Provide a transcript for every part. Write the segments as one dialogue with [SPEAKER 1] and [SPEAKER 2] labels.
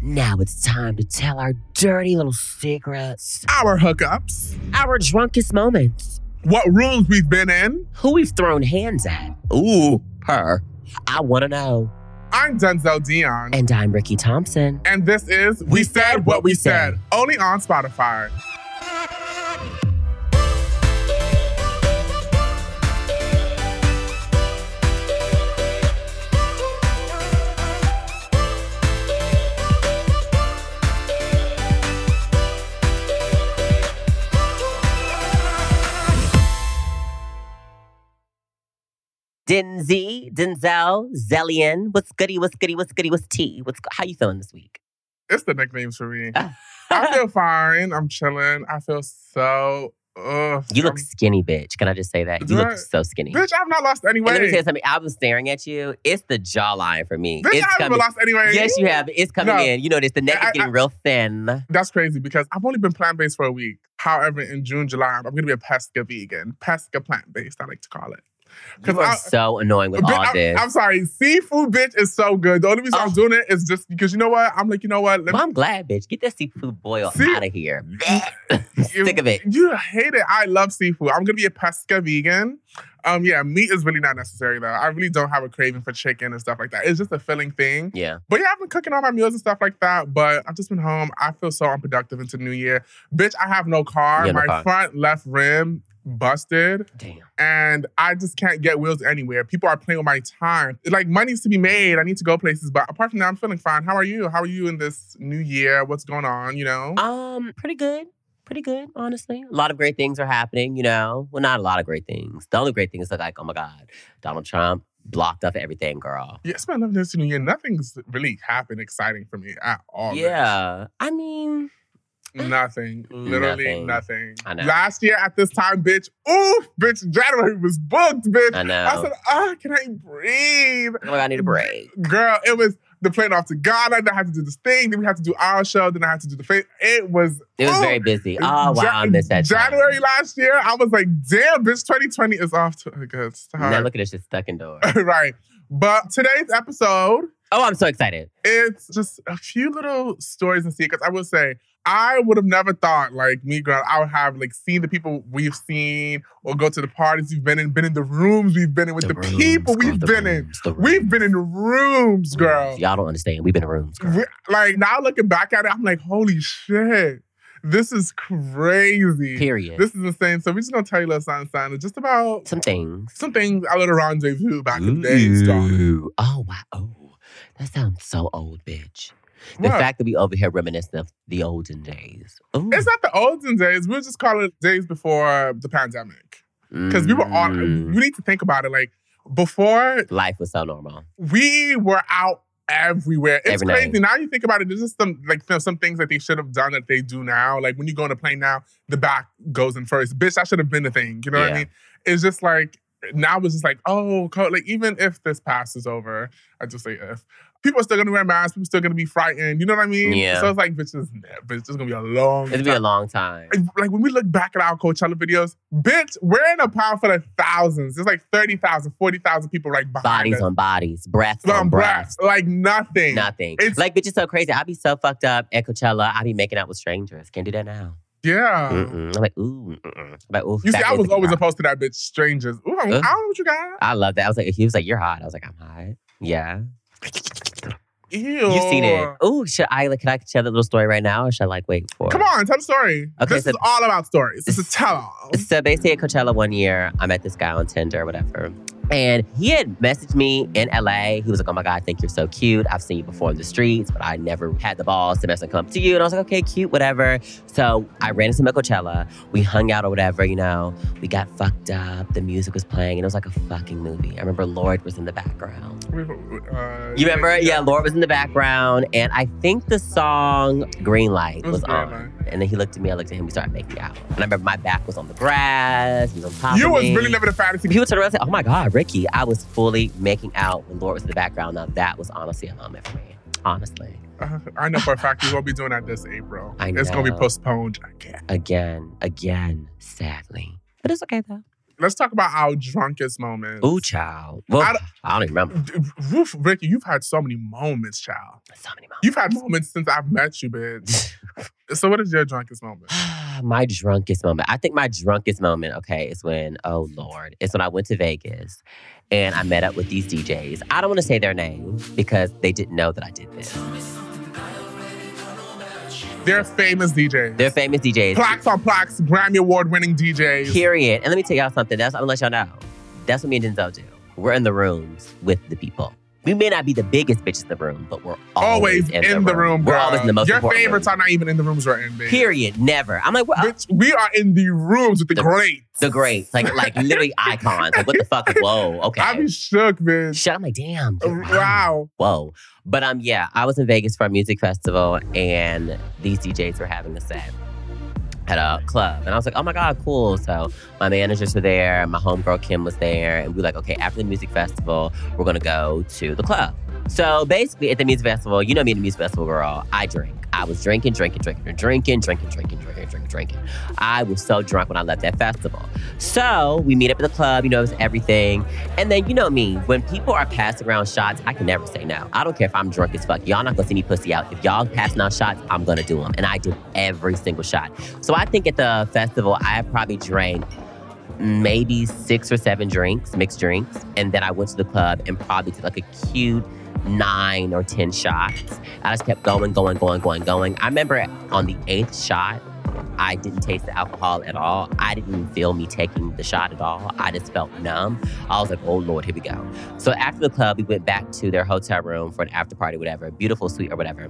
[SPEAKER 1] Now it's time to tell our dirty little secrets,
[SPEAKER 2] Our hookups,
[SPEAKER 1] our drunkest moments,
[SPEAKER 2] what rooms we've been in.
[SPEAKER 1] who we've thrown hands at.
[SPEAKER 2] Ooh, her.
[SPEAKER 1] I want to know.
[SPEAKER 2] I'm Denzel Dion.
[SPEAKER 1] And I'm Ricky Thompson.
[SPEAKER 2] And this is We, said, What We said, only on Spotify.
[SPEAKER 1] Denzi, Denzel, Zellian. What's goody? What's goody? What's goody? What's tea? What's go- how you feeling this week?
[SPEAKER 2] It's the nicknames for me. I feel fine. I'm chilling. I feel so. Ugh.
[SPEAKER 1] you look
[SPEAKER 2] I'm-
[SPEAKER 1] skinny, bitch. Can I just say that? You
[SPEAKER 2] Right.
[SPEAKER 1] look so skinny.
[SPEAKER 2] Bitch, I've not lost any
[SPEAKER 1] And let me
[SPEAKER 2] weight.
[SPEAKER 1] tell you something. I was staring at you. It's the jawline for me.
[SPEAKER 2] Bitch, I
[SPEAKER 1] it's
[SPEAKER 2] haven't
[SPEAKER 1] coming.
[SPEAKER 2] lost any weight.
[SPEAKER 1] Yes, you have. It's coming
[SPEAKER 2] No.
[SPEAKER 1] in. You notice the neck
[SPEAKER 2] I- I-
[SPEAKER 1] is getting real thin.
[SPEAKER 2] That's crazy because I've only been plant based for a week. However, in June, July, I'm going to be a pesca vegan, pesca plant based, I like to call it.
[SPEAKER 1] You are
[SPEAKER 2] I-
[SPEAKER 1] so annoying with
[SPEAKER 2] Bitch,
[SPEAKER 1] all
[SPEAKER 2] I'm,
[SPEAKER 1] this.
[SPEAKER 2] I'm sorry, seafood bitch is so good. The only reason I'm
[SPEAKER 1] Oh.
[SPEAKER 2] doing it is just because you know what? I'm like, you know what? Let
[SPEAKER 1] Well, I'm glad, bitch. Get that seafood boil
[SPEAKER 2] See-
[SPEAKER 1] out of here.
[SPEAKER 2] me-
[SPEAKER 1] Sick of it.
[SPEAKER 2] You hate it. I love seafood. I'm gonna be a pesca vegan. Um, yeah, meat is really not necessary though. I really don't have a craving for chicken and stuff like that. It's just a filling thing.
[SPEAKER 1] Yeah.
[SPEAKER 2] But yeah, I've been cooking all my meals and stuff like that. But I've just been home. I feel so unproductive into New Year. Bitch, I have no car.
[SPEAKER 1] You have no
[SPEAKER 2] my
[SPEAKER 1] car.
[SPEAKER 2] front left rim busted.
[SPEAKER 1] Damn.
[SPEAKER 2] And I just can't get wheels anywhere. People are playing with my time. Like money's to be made. I need to go places. But apart from that, I'm feeling fine. How are you? How are you in this new year? What's going on? You know?
[SPEAKER 1] Um, pretty good. Pretty good, honestly. A lot of great things are happening, you know. Well, not a lot of great things. The only great thing is like, oh my God, Donald Trump blocked off everything, girl.
[SPEAKER 2] Yeah, it's been 11 days to New Year. Nothing's really happened exciting for me at all.
[SPEAKER 1] yeah. I mean,
[SPEAKER 2] Nothing. Literally
[SPEAKER 1] Nothing.
[SPEAKER 2] nothing.
[SPEAKER 1] I know.
[SPEAKER 2] Last year at this time, bitch, oof, bitch, January was booked, bitch.
[SPEAKER 1] I know.
[SPEAKER 2] I said, ah, can I breathe?
[SPEAKER 1] oh my God, I need a break.
[SPEAKER 2] Girl, it was the plane off to Ghana. Then I had to do this thing. Then we had to do our show. Then I had to do the face. It was.
[SPEAKER 1] It was
[SPEAKER 2] oh,
[SPEAKER 1] very busy. Oh wow, I
[SPEAKER 2] Ja-
[SPEAKER 1] missed that. time.
[SPEAKER 2] January last year, I was like, damn, bitch, 2020 is off to a good
[SPEAKER 1] Now
[SPEAKER 2] start.
[SPEAKER 1] look at us just stuck indoors.
[SPEAKER 2] right. But today's episode
[SPEAKER 1] Oh, I'm so excited.
[SPEAKER 2] it's just a few little stories and secrets. I will say, I would have never thought, like me, girl, I would have like seen the people we've seen, or go to the parties we've been in, been in the rooms we've been in with the,
[SPEAKER 1] rooms,
[SPEAKER 2] people
[SPEAKER 1] girl,
[SPEAKER 2] we've
[SPEAKER 1] the
[SPEAKER 2] been in.
[SPEAKER 1] rooms, the
[SPEAKER 2] We've been in
[SPEAKER 1] rooms.
[SPEAKER 2] rooms, girl.
[SPEAKER 1] Rooms. Y'all don't understand. We've been in rooms, girl.
[SPEAKER 2] We- like now looking back at it, I'm like, holy shit, this is crazy.
[SPEAKER 1] Period.
[SPEAKER 2] This is insane. So we're just gonna tell you a little something, something just about
[SPEAKER 1] Some things.
[SPEAKER 2] some things, a little rendezvous back in the days, darling.
[SPEAKER 1] Ooh. Oh wow. Oh, that sounds so old, bitch. The
[SPEAKER 2] What?
[SPEAKER 1] fact that we over here reminiscing of the olden days. Ooh.
[SPEAKER 2] It's not the olden days. We'll just call it days before the pandemic. Because we were all,
[SPEAKER 1] Mm.
[SPEAKER 2] you need to think about it. Like, before,
[SPEAKER 1] Life was so normal.
[SPEAKER 2] we were out everywhere. It's
[SPEAKER 1] Every night.
[SPEAKER 2] crazy. Now you think about it, there's just some, like, some- some things that they should have done that they do now. Like, when you go on a plane now, the back goes in first. Bitch, that should have been the thing. You know what I
[SPEAKER 1] Yeah.
[SPEAKER 2] mean? It's just like, now it's just like, oh, co- like, even if this passes over, I just say if. People are still gonna wear masks. People still gonna be frightened. You know what I mean?
[SPEAKER 1] Yeah.
[SPEAKER 2] So it's like, bitch, this, bitch, this is gonna be a long.
[SPEAKER 1] It's
[SPEAKER 2] time.
[SPEAKER 1] been a long time.
[SPEAKER 2] And, like when we look back at our Coachella videos, bitch, we're in a pound for the thousands. There's like 30,000, 40,000 people like behind
[SPEAKER 1] Bodies
[SPEAKER 2] us.
[SPEAKER 1] on bodies, breaths
[SPEAKER 2] Some
[SPEAKER 1] on breaths.
[SPEAKER 2] breaths, like nothing.
[SPEAKER 1] Nothing.
[SPEAKER 2] It's-
[SPEAKER 1] like bitch, it's so crazy. I be so fucked up at Coachella. I be making out with strangers. Can't do that now.
[SPEAKER 2] Yeah.
[SPEAKER 1] Mm-mm. I'm like ooh. Mm-mm. I'm like ooh.
[SPEAKER 2] Uh-huh. You see,
[SPEAKER 1] fat
[SPEAKER 2] I
[SPEAKER 1] boys
[SPEAKER 2] was
[SPEAKER 1] looking
[SPEAKER 2] always
[SPEAKER 1] rough.
[SPEAKER 2] opposed to that bitch, strangers. Ooh, I don't know
[SPEAKER 1] Ugh.
[SPEAKER 2] what you got.
[SPEAKER 1] I love that. I was like, he was like, you're hot. I was like, I'm hot. Yeah.
[SPEAKER 2] Ew.
[SPEAKER 1] You've seen it. Ooh, should I like? Can I share the little story right now, or should I like wait for?
[SPEAKER 2] Come on, tell the story.
[SPEAKER 1] Okay,
[SPEAKER 2] this
[SPEAKER 1] so-
[SPEAKER 2] is all about stories. This is tell all.
[SPEAKER 1] So basically, at Coachella one year, I met this guy on Tinder, whatever. And he had messaged me in LA. He was like, Oh my God, I think you're so cute. I've seen you before in the streets, but I never had the balls to mess and come up to you. And I was like, Okay, cute, whatever. So I ran into him at Coachella. We hung out or whatever, you know. We got fucked up. The music was playing, and it was like a fucking movie. I remember Lord was in the background.
[SPEAKER 2] Uh,
[SPEAKER 1] You remember? Yeah, Laura was in the background, and I think the song Green Light
[SPEAKER 2] was
[SPEAKER 1] was
[SPEAKER 2] Green
[SPEAKER 1] on.
[SPEAKER 2] Light.
[SPEAKER 1] And then he looked at me, I looked at him, we started making out. And I remember my back was on the grass, he was on top
[SPEAKER 2] You
[SPEAKER 1] of
[SPEAKER 2] was
[SPEAKER 1] me.
[SPEAKER 2] really living a fantasy.
[SPEAKER 1] People turned around and said, Oh my God, Ricky, I was fully making out when Laura was in the background. Now that was honestly a moment for me. Honestly.
[SPEAKER 2] Uh, I know for a fact you won't be doing that this April.
[SPEAKER 1] I
[SPEAKER 2] It's gonna be
[SPEAKER 1] know.
[SPEAKER 2] postponed again.
[SPEAKER 1] Again, again, sadly. But it's okay though.
[SPEAKER 2] Let's talk about our drunkest moments.
[SPEAKER 1] Ooh, child. Well, I
[SPEAKER 2] I
[SPEAKER 1] don't,
[SPEAKER 2] don't-
[SPEAKER 1] even remember.
[SPEAKER 2] D- Woof, Ricky, you've had so many moments, child.
[SPEAKER 1] So many
[SPEAKER 2] You've had moments since I've met you, bitch. so what is your drunkest moment?
[SPEAKER 1] moments. my drunkest moment. I think my drunkest moment, okay, is when, oh Lord, it's when I went to Vegas and I met up with these DJs. I don't want to say their name because they didn't know that I did this.
[SPEAKER 2] They're famous DJs.
[SPEAKER 1] They're famous DJs.
[SPEAKER 2] Plaques on plaques, Grammy Award winning DJs.
[SPEAKER 1] Period. And let me tell y'all something. That's I'm gonna let y'all know. That's what me and Denzel do. We're in the rooms with the people. We may not be the biggest bitches in the room, but we're always,
[SPEAKER 2] always, in, the room,
[SPEAKER 1] We're
[SPEAKER 2] girl.
[SPEAKER 1] always in the most
[SPEAKER 2] Your
[SPEAKER 1] important
[SPEAKER 2] favorites
[SPEAKER 1] room.
[SPEAKER 2] are not even in the rooms we're in, baby.
[SPEAKER 1] Period. Never. I'm like, what?
[SPEAKER 2] Bitch, we are in the rooms with the,
[SPEAKER 1] The-
[SPEAKER 2] great.
[SPEAKER 1] the greats, like like literally icons. Like what the fuck? Whoa. Okay.
[SPEAKER 2] I be shook, bitch. Uh,
[SPEAKER 1] Shut. I'm like, damn. you're right.
[SPEAKER 2] Wow.
[SPEAKER 1] Whoa. But um, yeah, I was in Vegas for a music festival, and these DJs were having a set at a club, and I was like, oh my god, cool. So my managers were there, my homegirl Kim was there, and we were like, okay, after the music festival, we're gonna go to the club. So basically, at the music festival, you know me, the music festival girl, I drink. I was drinking, drinking, drinking, drinking, drinking, drinking, drinking, drinking, drinking. I was so drunk when I left that festival. So we meet up at the club, you know, it was everything. And then you know me, when people are passing around shots, I can never say no. I don't care if I'm drunk as fuck. Y'all not gonna see me pussy out. If y'all passing out shots, I'm gonna do them. And I did every single shot. So I think at the festival, I probably drank maybe six or seven drinks, mixed drinks. And then I went to the club and probably did like a cute nine or 10 shots. I just kept going, going, going, going, going. I remember on the eighth shot, I didn't taste the alcohol at all. I didn't even feel me taking the shot at all. I just felt numb. I was like, oh Lord, here we go. So after the club, we went back to their hotel room for an after party, whatever, beautiful suite or whatever.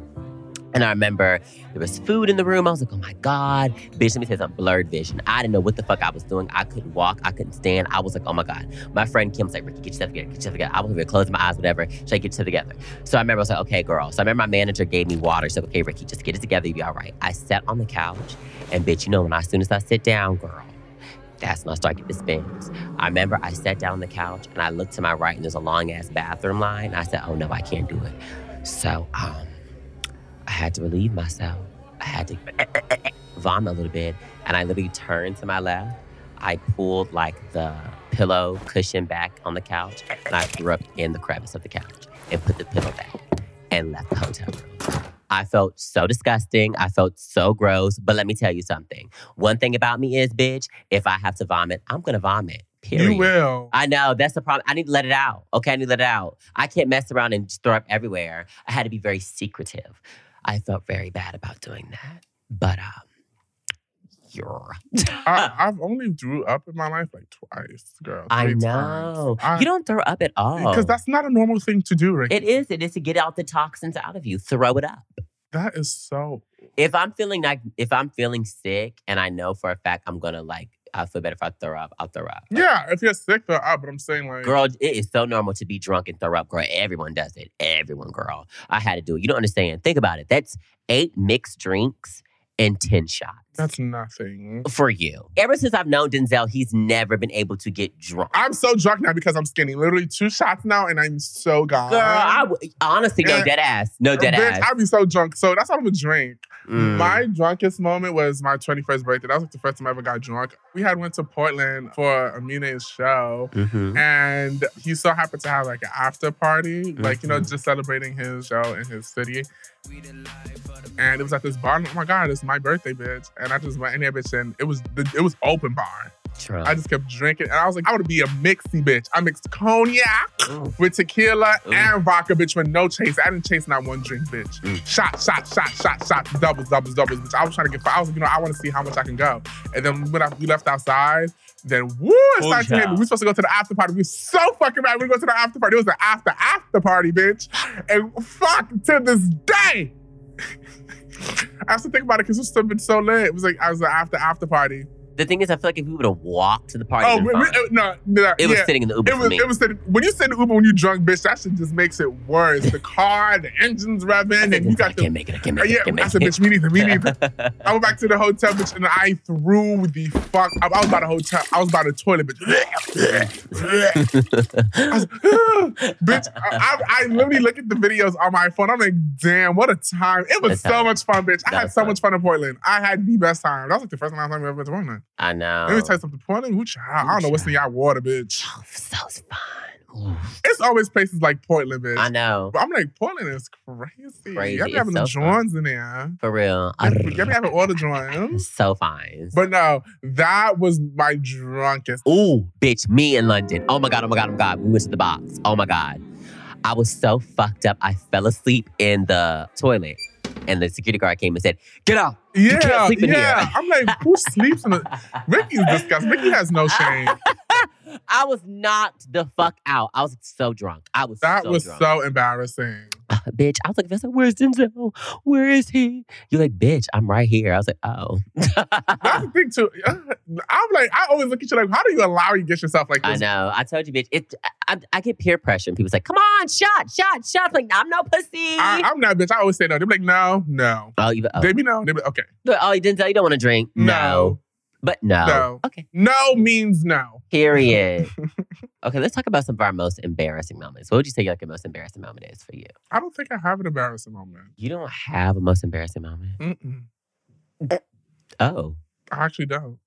[SPEAKER 1] And I remember there was food in the room. I was like, oh my God. Bitch, let me tell you something. Blurred vision. I didn't know what the fuck I was doing. I couldn't walk. I couldn't stand. I was like, oh my God. My friend Kim was like, Ricky, get yourself together. Get yourself together. I was over here closing my eyes, whatever. She's like, get yourself together. So I remember I was like, okay, girl. So I remember my manager gave me water. She's like, okay, Ricky, just get it together. You'll be all right. I sat on the couch. And bitch, you know, when I, as soon as I sit down, girl, that's when I start getting the spins. I remember I sat down on the couch and I looked to my right and there's a long ass bathroom line. I said, oh no, I can't do it. So um, I had to relieve myself. I had to vomit a little bit. And I literally turned to my left. I pulled like the pillow cushion back on the couch and I threw up in the crevice of the couch and put the pillow back and left the hotel room. I felt so disgusting. I felt so gross. But let me tell you something. One thing about me is, bitch, if I have to vomit, I'm gonna vomit. Period.
[SPEAKER 2] You will.
[SPEAKER 1] I know that's the problem. I need to let it out. Okay, I need to let it out. I can't mess around and just throw up everywhere. I had to be very secretive. I felt very bad about doing that, but um, you're.
[SPEAKER 2] I, I've only threw up in my life like twice, girl.
[SPEAKER 1] I
[SPEAKER 2] three
[SPEAKER 1] know
[SPEAKER 2] times. I-
[SPEAKER 1] you don't throw up at all
[SPEAKER 2] Because that's not a normal thing to do, Ricky.
[SPEAKER 1] It is. It is to get out the toxins out of you. Throw it up.
[SPEAKER 2] That is so.
[SPEAKER 1] If I'm feeling like if I'm feeling sick and I know for a fact I'm gonna like I feel better if I throw up. I'll throw up.
[SPEAKER 2] Yeah, if you're sick, they're up. But I'm saying like,
[SPEAKER 1] Girl, it is so normal to be drunk and throw up, girl. Everyone does it. Everyone, girl. I had to do it. You don't understand. Think about it. That's eight mixed drinks and 10 shots
[SPEAKER 2] that's nothing.
[SPEAKER 1] for you. Ever since I've known Denzel, he's never been able to get drunk.
[SPEAKER 2] I'm so drunk now because I'm skinny. Literally two shots now, and I'm so gone.
[SPEAKER 1] Girl, I w- honestly, no
[SPEAKER 2] Yeah.
[SPEAKER 1] dead ass. No dead
[SPEAKER 2] Bitch,
[SPEAKER 1] ass.
[SPEAKER 2] I'll be so drunk. So that's what I'm gonna drink.
[SPEAKER 1] Mm.
[SPEAKER 2] My drunkest moment was my 21st birthday. That was like the first time I ever got drunk. We had went to Portland for Amine's show.
[SPEAKER 1] Mhm.
[SPEAKER 2] And he so happened to have like an after party, like, you know,
[SPEAKER 1] Mhm.
[SPEAKER 2] just celebrating his show in his city. And it was at this bar. and, oh my God, it's my birthday, bitch. And I just went in there, bitch, and it was the, it was open bar.
[SPEAKER 1] Drunk.
[SPEAKER 2] I just kept drinking. And I was like, I want to be a mixy bitch. I mixed cognac
[SPEAKER 1] Mm.
[SPEAKER 2] with tequila
[SPEAKER 1] Ooh.
[SPEAKER 2] and vodka, bitch, with no chase. I didn't chase not one drink, bitch.
[SPEAKER 1] Mm.
[SPEAKER 2] Shot, shot, shot, shot, shot, doubles, doubles, doubles, bitch. I was trying to get five. I was like, you know, I want to see how much I can go. And then when I, we left outside, then woo, it
[SPEAKER 1] Oh,
[SPEAKER 2] started to hit me.
[SPEAKER 1] yeah.
[SPEAKER 2] We were supposed to go to the after party. We were so fucking mad. We were going to the after party. It was the after after party, bitch. And fuck to this day. I have to think about it because it's still been so lit. It was like I was the after after party.
[SPEAKER 1] The thing is, I feel like if we would have walked to the party,
[SPEAKER 2] Oh,
[SPEAKER 1] it'd
[SPEAKER 2] we,
[SPEAKER 1] been
[SPEAKER 2] we,
[SPEAKER 1] fine.
[SPEAKER 2] uh, no, no,
[SPEAKER 1] it was
[SPEAKER 2] yeah.
[SPEAKER 1] sitting in the Uber
[SPEAKER 2] It
[SPEAKER 1] for
[SPEAKER 2] was,
[SPEAKER 1] me.
[SPEAKER 2] it was sitting, when you send Uber when you drunk, bitch, that shit just makes it worse. The car, the engine's revving, and you
[SPEAKER 1] I
[SPEAKER 2] got the.
[SPEAKER 1] can't make it. I can't
[SPEAKER 2] Uh,
[SPEAKER 1] make it.
[SPEAKER 2] yeah,
[SPEAKER 1] I can't
[SPEAKER 2] I
[SPEAKER 1] make
[SPEAKER 2] said,
[SPEAKER 1] it.
[SPEAKER 2] bitch, we need to, we need to. I went back to the hotel, bitch, and I threw the fuck up. I was by the hotel, I was by the toilet, bitch. I was, bitch, I, I, I literally look at the videos on my phone. I'm like, damn, what a time. It was
[SPEAKER 1] Good time.
[SPEAKER 2] so much fun, bitch. I
[SPEAKER 1] That
[SPEAKER 2] had
[SPEAKER 1] was
[SPEAKER 2] so
[SPEAKER 1] fun.
[SPEAKER 2] much fun in Portland. I had the best time. That was like the first time I've ever been to Portland.
[SPEAKER 1] I know.
[SPEAKER 2] Let me tell you something. Puerto Rico, child, I don't know what's in y'all water, bitch.
[SPEAKER 1] Oh, so it's fun. Oof.
[SPEAKER 2] It's always places like Portland, bitch.
[SPEAKER 1] I know.
[SPEAKER 2] But I'm like, Portland is crazy.
[SPEAKER 1] Crazy.
[SPEAKER 2] Y'all be having
[SPEAKER 1] It's so
[SPEAKER 2] the joints in there.
[SPEAKER 1] For real.
[SPEAKER 2] Y'all be y'all be having all the joints.
[SPEAKER 1] so fine.
[SPEAKER 2] But no, that was my drunkest.
[SPEAKER 1] Ooh, bitch, me in London. Oh my God, oh my God, oh my God. We went to the box. Oh my God. I was so fucked up. I fell asleep in the toilet. And the security guard came and said, Get out.
[SPEAKER 2] Yeah,
[SPEAKER 1] can't sleep in
[SPEAKER 2] yeah.
[SPEAKER 1] here.
[SPEAKER 2] I'm like, who sleeps in the Ricky's disgusting. Ricky has no shame.
[SPEAKER 1] I was knocked the fuck out. I was so drunk. I was
[SPEAKER 2] That
[SPEAKER 1] so
[SPEAKER 2] was
[SPEAKER 1] drunk.
[SPEAKER 2] so embarrassing.
[SPEAKER 1] bitch. I was like, Vanessa, where's Denzel? Where is he? You're like, bitch, I'm right here. I was like, oh.
[SPEAKER 2] That's the thing too. I'm like, I always look at you like, how do you allow you to get yourself like
[SPEAKER 1] I
[SPEAKER 2] this?
[SPEAKER 1] know. I told you, bitch. It, I, I, I get peer pressure. And people's like, come on, shot, shot, shot. I'm like, I'm no pussy.
[SPEAKER 2] I, am not, bitch. I always say no. They're like, no, no.
[SPEAKER 1] oh, you, oh.
[SPEAKER 2] They be no. They be okay.
[SPEAKER 1] oh, you didn't tell you don't want to drink?
[SPEAKER 2] No.
[SPEAKER 1] But no.
[SPEAKER 2] No.
[SPEAKER 1] Okay.
[SPEAKER 2] No means no.
[SPEAKER 1] Period. okay, let's talk about some of our most embarrassing moments. What would you say like your most embarrassing moment is for you?
[SPEAKER 2] I don't think I have an embarrassing moment.
[SPEAKER 1] You don't have a most embarrassing moment.
[SPEAKER 2] Mm-mm.
[SPEAKER 1] Oh,
[SPEAKER 2] I actually don't.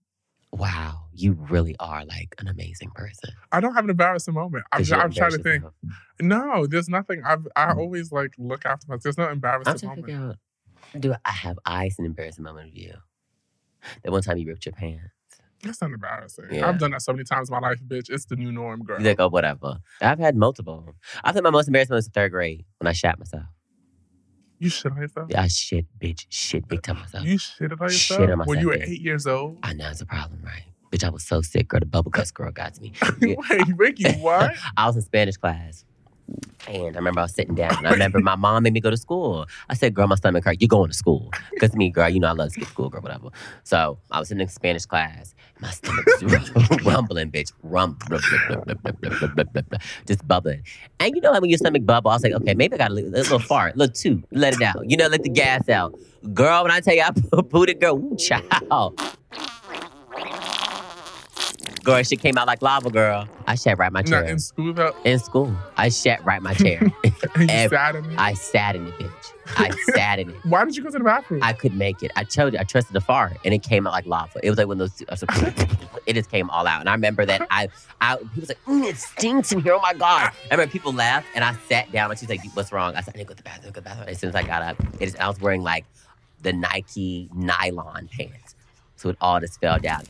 [SPEAKER 1] wow. You really are like an amazing person.
[SPEAKER 2] I don't have an embarrassing moment. I'm,
[SPEAKER 1] 'Cause
[SPEAKER 2] try-
[SPEAKER 1] you're
[SPEAKER 2] I'm trying to think.
[SPEAKER 1] embarrassing Mm. yourself.
[SPEAKER 2] No, there's nothing. I've, I always like look after myself. There's no embarrassing
[SPEAKER 1] I'm trying to
[SPEAKER 2] moment.
[SPEAKER 1] figure out. Do I have eyes an embarrassing moment of you? That one time you ripped your pants.
[SPEAKER 2] That's not embarrassing.
[SPEAKER 1] Yeah.
[SPEAKER 2] I've done that so many times in my life, bitch. It's the new norm, girl.
[SPEAKER 1] You like, oh, whatever. I've had multiple. I think my most embarrassing was in third grade when I shot myself.
[SPEAKER 2] You shit on yourself.
[SPEAKER 1] I shit, bitch, shit, big time myself.
[SPEAKER 2] You shit on yourself.
[SPEAKER 1] Shit on
[SPEAKER 2] when
[SPEAKER 1] myself,
[SPEAKER 2] you were
[SPEAKER 1] yeah.
[SPEAKER 2] eight years old.
[SPEAKER 1] I know it's a problem, right? Bitch, I was so sick, girl. The bubble guts girl got to me. Yeah.
[SPEAKER 2] Wait, Ricky, what?
[SPEAKER 1] I was in Spanish class. And I remember I was sitting down, and I remember my mom made me go to school. I said, "Girl, my stomach hurt. You going to school?" Because me, girl, you know I love to skip school, girl, whatever. So I was sitting in Spanish class. My stomach was rumbling, bitch, rum, blub, blub, blub, blub, blub, blub, blub, blub, blub, just bubbling. And you know, like when your stomach bubble, I was like, "Okay, maybe I got a little, a little fart, a little toot, let it out. You know, let the gas out." Girl, when I tell you I booted, girl, woo, child. Girl, she came out like lava, girl. I shat right my chair
[SPEAKER 2] Not in school though.
[SPEAKER 1] in school. I sat right in my chair.
[SPEAKER 2] And you
[SPEAKER 1] Every-
[SPEAKER 2] sat in it.
[SPEAKER 1] I sat in it, bitch. I sat in it.
[SPEAKER 2] Why did you go to the bathroom?
[SPEAKER 1] I could make it. I told you, I trusted the fart, and it came out like lava. It was like one of those. I was like, it just came all out, and I remember that I, I he was like, mm, it stinks in here. Oh my god! I remember people laughed, and I sat down, and she's like, "What's wrong?" I said, "I need to go to the bathroom. Go to the bathroom." As soon as I got up, it is. I was wearing like the Nike nylon pants, so it all just fell down.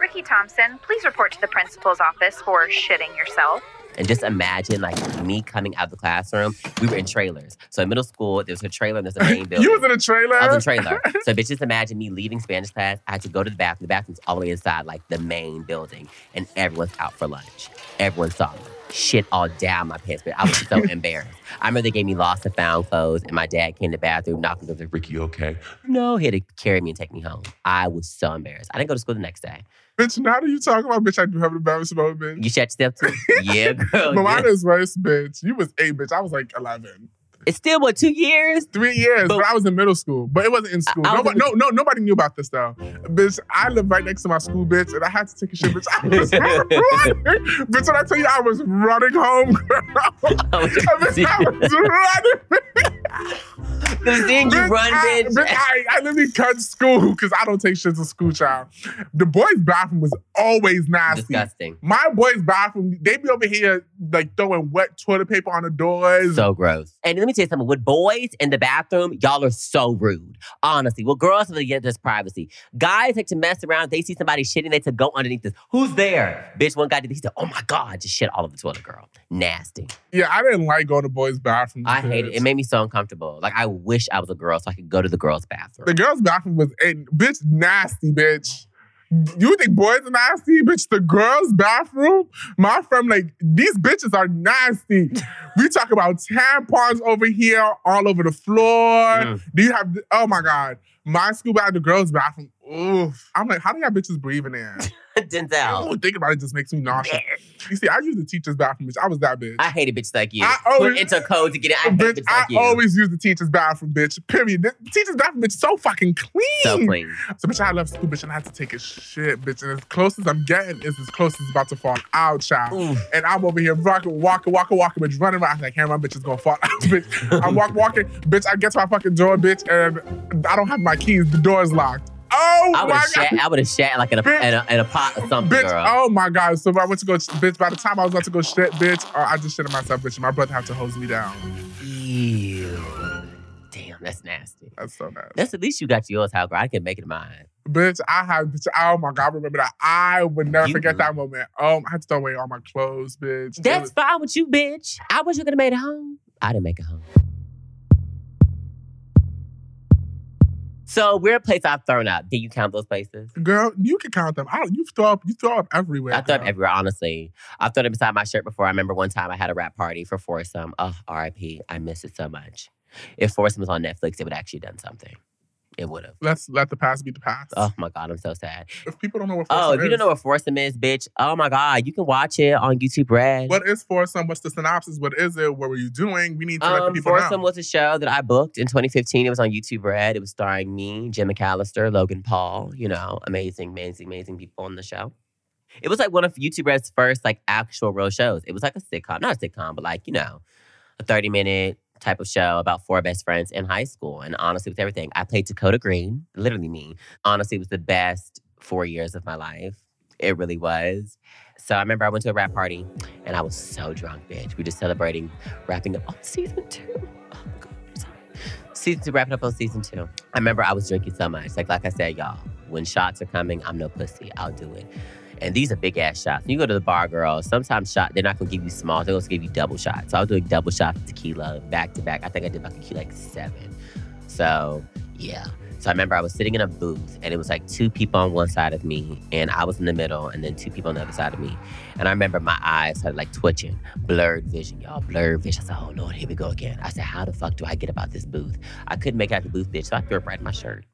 [SPEAKER 3] Ricky Thompson, please report to the principal's office for shitting yourself.
[SPEAKER 1] And just imagine like me coming out of the classroom. We were in trailers. So in middle school, there was a trailer and there's a main building.
[SPEAKER 2] you was in a trailer.
[SPEAKER 1] I was in a trailer. so bitch, just imagine me leaving Spanish class. I had to go to the bathroom. The bathroom's all the way inside like the main building. And everyone's out for lunch. Everyone saw me. Shit all down my pants, but I was so embarrassed. I remember they gave me lost and found clothes, and my dad came to the bathroom, knocked on the door, like, Ricky, okay? No, he had to carry me and take me home. I was so embarrassed. I didn't go to school the next day.
[SPEAKER 2] bitch, now that you talking about, bitch, I do have an embarrassing moment.
[SPEAKER 1] You shut yourself too? yeah, girl.
[SPEAKER 2] But mine
[SPEAKER 1] yeah.
[SPEAKER 2] is worse, bitch. You was eight, bitch. I was like 11.
[SPEAKER 1] It's still, what, two years?
[SPEAKER 2] Three years, but,
[SPEAKER 1] But-
[SPEAKER 2] I was in middle school. But it wasn't in school.
[SPEAKER 1] I was
[SPEAKER 2] Nobody,
[SPEAKER 1] in-
[SPEAKER 2] no, no, nobody knew about this though. Bitch, I lived right next to my school, bitch, and I had to take a shit, bitch. I was running. bitch, when I tell you I was running home, girl.
[SPEAKER 1] Oh,
[SPEAKER 2] bitch, I was running.
[SPEAKER 1] Cause then you
[SPEAKER 2] Bitch,
[SPEAKER 1] run,
[SPEAKER 2] I,
[SPEAKER 1] bitch.
[SPEAKER 2] bitch, I, I literally cut school because I don't take shit to school, child. The boys' bathroom was always nasty.
[SPEAKER 1] Disgusting.
[SPEAKER 2] My boys' bathroom, they be over here like throwing wet toilet paper on the doors.
[SPEAKER 1] So gross. And let me tell you something. With boys in the bathroom, y'all are so rude. Honestly. Well, girls they get this privacy. Guys like to mess around. They see somebody shitting, they to go underneath this. Who's there? Bitch, one guy did. He said, "Oh my god, just shit all over the toilet, girl. Nasty.
[SPEAKER 2] yeah, I didn't like going to boys' bathrooms.
[SPEAKER 1] I hate it.
[SPEAKER 2] bitch.
[SPEAKER 1] It made me so uncomfortable. Like I wish I was a girl so I could go to the girls' bathroom.
[SPEAKER 2] The girls' bathroom was in bitch nasty, bitch. You think boys are nasty, bitch? The girls' bathroom, my friend, like these bitches are nasty. we talk about tampons over here, all over the floor.
[SPEAKER 1] Mm.
[SPEAKER 2] Do you have? Oh my god, my school bathroom, the girls' bathroom. Oof. I'm like, how do y'all bitches breathe in there?
[SPEAKER 1] Denzel.
[SPEAKER 2] Oh, thinking about it just makes me nauseous. You see, I use the teacher's bathroom, bitch. I was that bitch.
[SPEAKER 1] I hated bitches like you.
[SPEAKER 2] I
[SPEAKER 1] Put
[SPEAKER 2] always-
[SPEAKER 1] into a code to get it. I hate
[SPEAKER 2] bitch,
[SPEAKER 1] bitches
[SPEAKER 2] I
[SPEAKER 1] like you.
[SPEAKER 2] always use the teacher's bathroom, bitch. Period. The teacher's bathroom, bitch, so fucking
[SPEAKER 1] so clean.
[SPEAKER 2] So, bitch, I left school, bitch, and I had to take a shit, bitch. And as close as I'm getting is as close as about to fall out, child.
[SPEAKER 1] Oof.
[SPEAKER 2] And I'm over here rocking, walking, walking, walking, bitch, running around. I'm like, hey, my bitch is gonna fall out, bitch. I'm walk, walking, bitch. I get to my fucking door, bitch, and I don't have my keys. The door is locked. Oh
[SPEAKER 1] I would
[SPEAKER 2] my
[SPEAKER 1] have
[SPEAKER 2] god.
[SPEAKER 1] shat. I would have shat like in a,
[SPEAKER 2] Bitch.
[SPEAKER 1] in a in a pot or something,
[SPEAKER 2] Bitch,
[SPEAKER 1] girl.
[SPEAKER 2] oh my god. So I went to go, bitch, by the time I was about to go shit, bitch, oh, I just shitted myself, bitch. and My brother had to hose me down.
[SPEAKER 1] Ew. Damn, that's nasty.
[SPEAKER 2] That's so nice.
[SPEAKER 1] That's at least you got yours, how girl. I can make it mine.
[SPEAKER 2] Bitch, I had, bitch, oh my God, I remember that. I would never
[SPEAKER 1] You-
[SPEAKER 2] forget that moment. Um, I had to throw away all my clothes, bitch. It
[SPEAKER 1] That's
[SPEAKER 2] was-
[SPEAKER 1] fine with you, bitch. I wish you could have made it home. I didn't make it home. So weird place I've thrown up. Do you count those places?
[SPEAKER 2] girl, you can count them. I, you throw up, you throw up everywhere.
[SPEAKER 1] I thought
[SPEAKER 2] girl.
[SPEAKER 1] everywhere, honestly. I thought it beside my shirt before. I remember one time I had a rap party for Foursome. Oh, RIP. I miss it so much. If Foursome was on Netflix, it would actually done something. It would have.
[SPEAKER 2] Let's let the past be the past.
[SPEAKER 1] Oh my God, I'm so sad.
[SPEAKER 2] if people don't know what
[SPEAKER 1] Oh,
[SPEAKER 2] foursome
[SPEAKER 1] if you don't
[SPEAKER 2] is,
[SPEAKER 1] know what Foursome is, bitch, oh my God, you can watch it on YouTube Red.
[SPEAKER 2] what is foursome? What's the synopsis? What is it? What were you doing? We need to let the
[SPEAKER 1] Um,
[SPEAKER 2] people know.
[SPEAKER 1] Foursome was a show that I booked in 2015. It was on YouTube Red. It was starring me, Jim McAllister, Logan Paul. You know, amazing, amazing, amazing people on the show. It was like one of YouTube Red's first like actual real shows. It was like a sitcom, not a sitcom, but like you know, a 30 minute type of show about four best friends in high school. And honestly, with everything, I played Dakota Green, literally me. Honestly, it was the best four years of my life. It really was. So I remember I went to a rap party and I was so drunk, bitch. We were just celebrating wrapping up on season two. Oh my god, I'm sorry. Season two, wrapping up on season two. I remember I was drinking so much. Like like I said, y'all, when shots are coming, I'm no pussy. I'll do it. And these are big ass shots. You go to the bar, girl. Sometimes shot they're not gonna give you small. They're gonna give you double shots. So I was doing double shots of tequila back to back. I think I did like a key like seven. So yeah. So I remember I was sitting in a booth and it was like two people on one side of me and I was in the middle and then two people on the other side of me. And I remember my eyes started like twitching, blurred vision, y'all, blurred vision. I said, oh Lord, here we go again. I said, how the fuck do I get about this booth? I couldn't make it out the booth, bitch, so I threw it right in my shirt.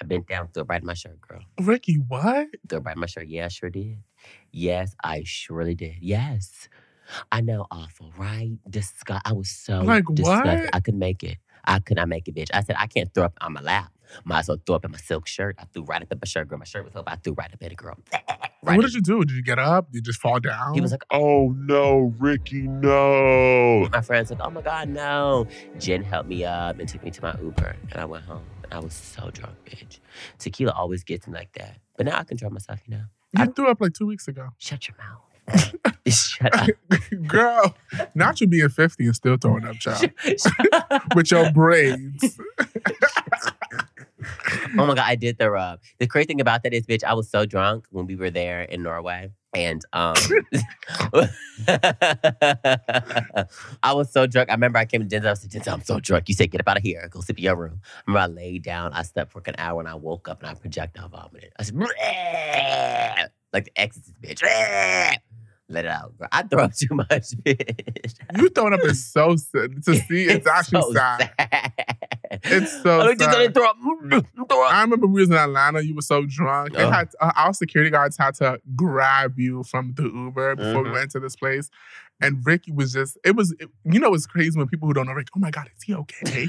[SPEAKER 1] I bent down, threw it right in my shirt, girl.
[SPEAKER 2] Ricky, what?
[SPEAKER 1] Threw it right in my shirt. Yeah, I sure did. Yes, I surely did. Yes. I know, awful, right? Disgust. I was so
[SPEAKER 2] Like,
[SPEAKER 1] disgusted.
[SPEAKER 2] what?
[SPEAKER 1] I couldn't make it. I could not make it, bitch. I said, I can't throw up on my lap. Might as well throw up in my silk shirt. I threw right up in my shirt, girl. My shirt was up. I threw right up in it, girl. Right
[SPEAKER 2] what
[SPEAKER 1] in
[SPEAKER 2] did you do? Did you get up? Did you just fall down?
[SPEAKER 1] He was like,
[SPEAKER 2] "Oh no, Ricky, no."
[SPEAKER 1] my friends like, oh my God, no. Jen helped me up and took me to my Uber and I went home. And I was so drunk, bitch. Tequila always gets me like that. But now I control myself, you know.
[SPEAKER 2] You threw up like two weeks ago,
[SPEAKER 1] Shut your mouth. Shut up.
[SPEAKER 2] girl. Not you being fifty and still throwing up, child,
[SPEAKER 1] Shut-
[SPEAKER 2] with your braids.
[SPEAKER 1] oh my god, I did throw up. The crazy thing about that is, bitch, I was so drunk when we were there in Norway. And um I was so drunk. I remember I came to Denzel. I said, Denzel, I'm so drunk. You said, get up out of here. Go sit in your room. I remember I laid down. I slept for like an hour and I woke up and I projectile vomited. I said, "Bleh," like the exorcist, bitch. "Bleh." Let it out, girl. I throw up too much, bitch.
[SPEAKER 2] You throwing up is so sad to see. It's, actually
[SPEAKER 1] so
[SPEAKER 2] sad. It's so
[SPEAKER 1] I looked at
[SPEAKER 2] sad.
[SPEAKER 1] it and throw up. Throw up.
[SPEAKER 2] I remember we was in Atlanta. You were so drunk. They
[SPEAKER 1] Ugh.
[SPEAKER 2] had uh, our security guards had to grab you from the Uber before we
[SPEAKER 1] Mhm.
[SPEAKER 2] went to this place. And Ricky was just, it was, it- you know, it's crazy when people who don't know Ricky, oh my God, is he okay? I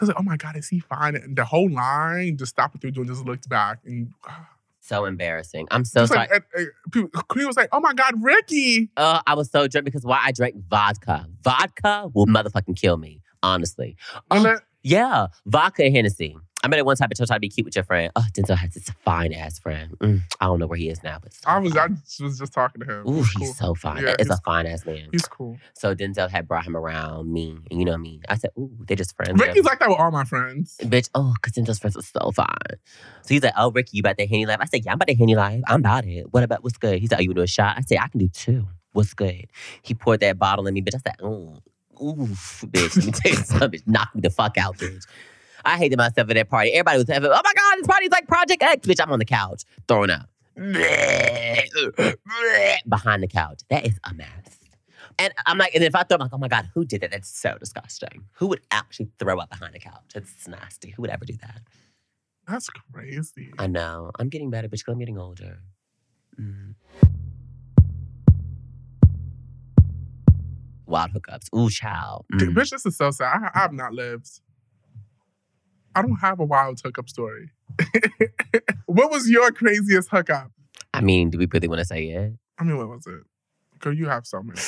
[SPEAKER 2] was like, oh my God, is he fine? And the whole line just stopped what they were doing, just looked back. And ah.
[SPEAKER 1] So embarrassing. I'm so
[SPEAKER 2] Just
[SPEAKER 1] sorry.
[SPEAKER 2] like, and- and people- Queen was like, oh my God, Ricky.
[SPEAKER 1] Uh, I was so drunk because why I drank vodka. Vodka will motherfucking kill me, honestly.
[SPEAKER 2] And
[SPEAKER 1] Oh.
[SPEAKER 2] then-
[SPEAKER 1] Yeah, vodka and Hennessy. I met at one time and told her to be cute with your friend. Oh, Denzel has this fine ass friend. Mm, I don't know where he is now, but so
[SPEAKER 2] I was, I
[SPEAKER 1] fine.
[SPEAKER 2] just- was just talking to him.
[SPEAKER 1] Ooh,
[SPEAKER 2] He's cool.
[SPEAKER 1] he's so fine.
[SPEAKER 2] Yeah,
[SPEAKER 1] it's a
[SPEAKER 2] he's-
[SPEAKER 1] fine ass man.
[SPEAKER 2] He's cool.
[SPEAKER 1] So Denzel had brought him around me, and you know me. I said, "Ooh, they're just friends."
[SPEAKER 2] Ricky's like that with all my friends.
[SPEAKER 1] Bitch, oh, because Denzel's friends are so fine. So he's like, oh, Ricky, you about that Henny life? I said, yeah, I'm about that Henny life. I'm about it. What about, what's good? He's like, oh, you want to do a shot? I said, I can do two. What's good? He poured that bottle in me, bitch. I said, ooh, oof, bitch. Let me tell you something, bitch. Knock me the fuck out, bitch. I hated myself at that party. Everybody was having, oh my God, this party's like Project X, bitch. I'm on the couch, throwing up. Behind the couch. That is a mess. And I'm like, and if I throw, I'm like, oh my God, who did that? That's so disgusting. Who would actually throw up behind a couch? It's nasty. Who would ever do that?
[SPEAKER 2] That's crazy.
[SPEAKER 1] I know. I'm getting better, bitch, 'cause I'm getting older. Mm. Wild hookups. Ooh, child.
[SPEAKER 2] Dude,
[SPEAKER 1] Mm.
[SPEAKER 2] Bitch, this is so sad. I, I have not lived. I don't have a wild hookup story. what was your craziest hookup?
[SPEAKER 1] I mean, do we really want to say it?
[SPEAKER 2] I mean, what was it? Girl, you have so many.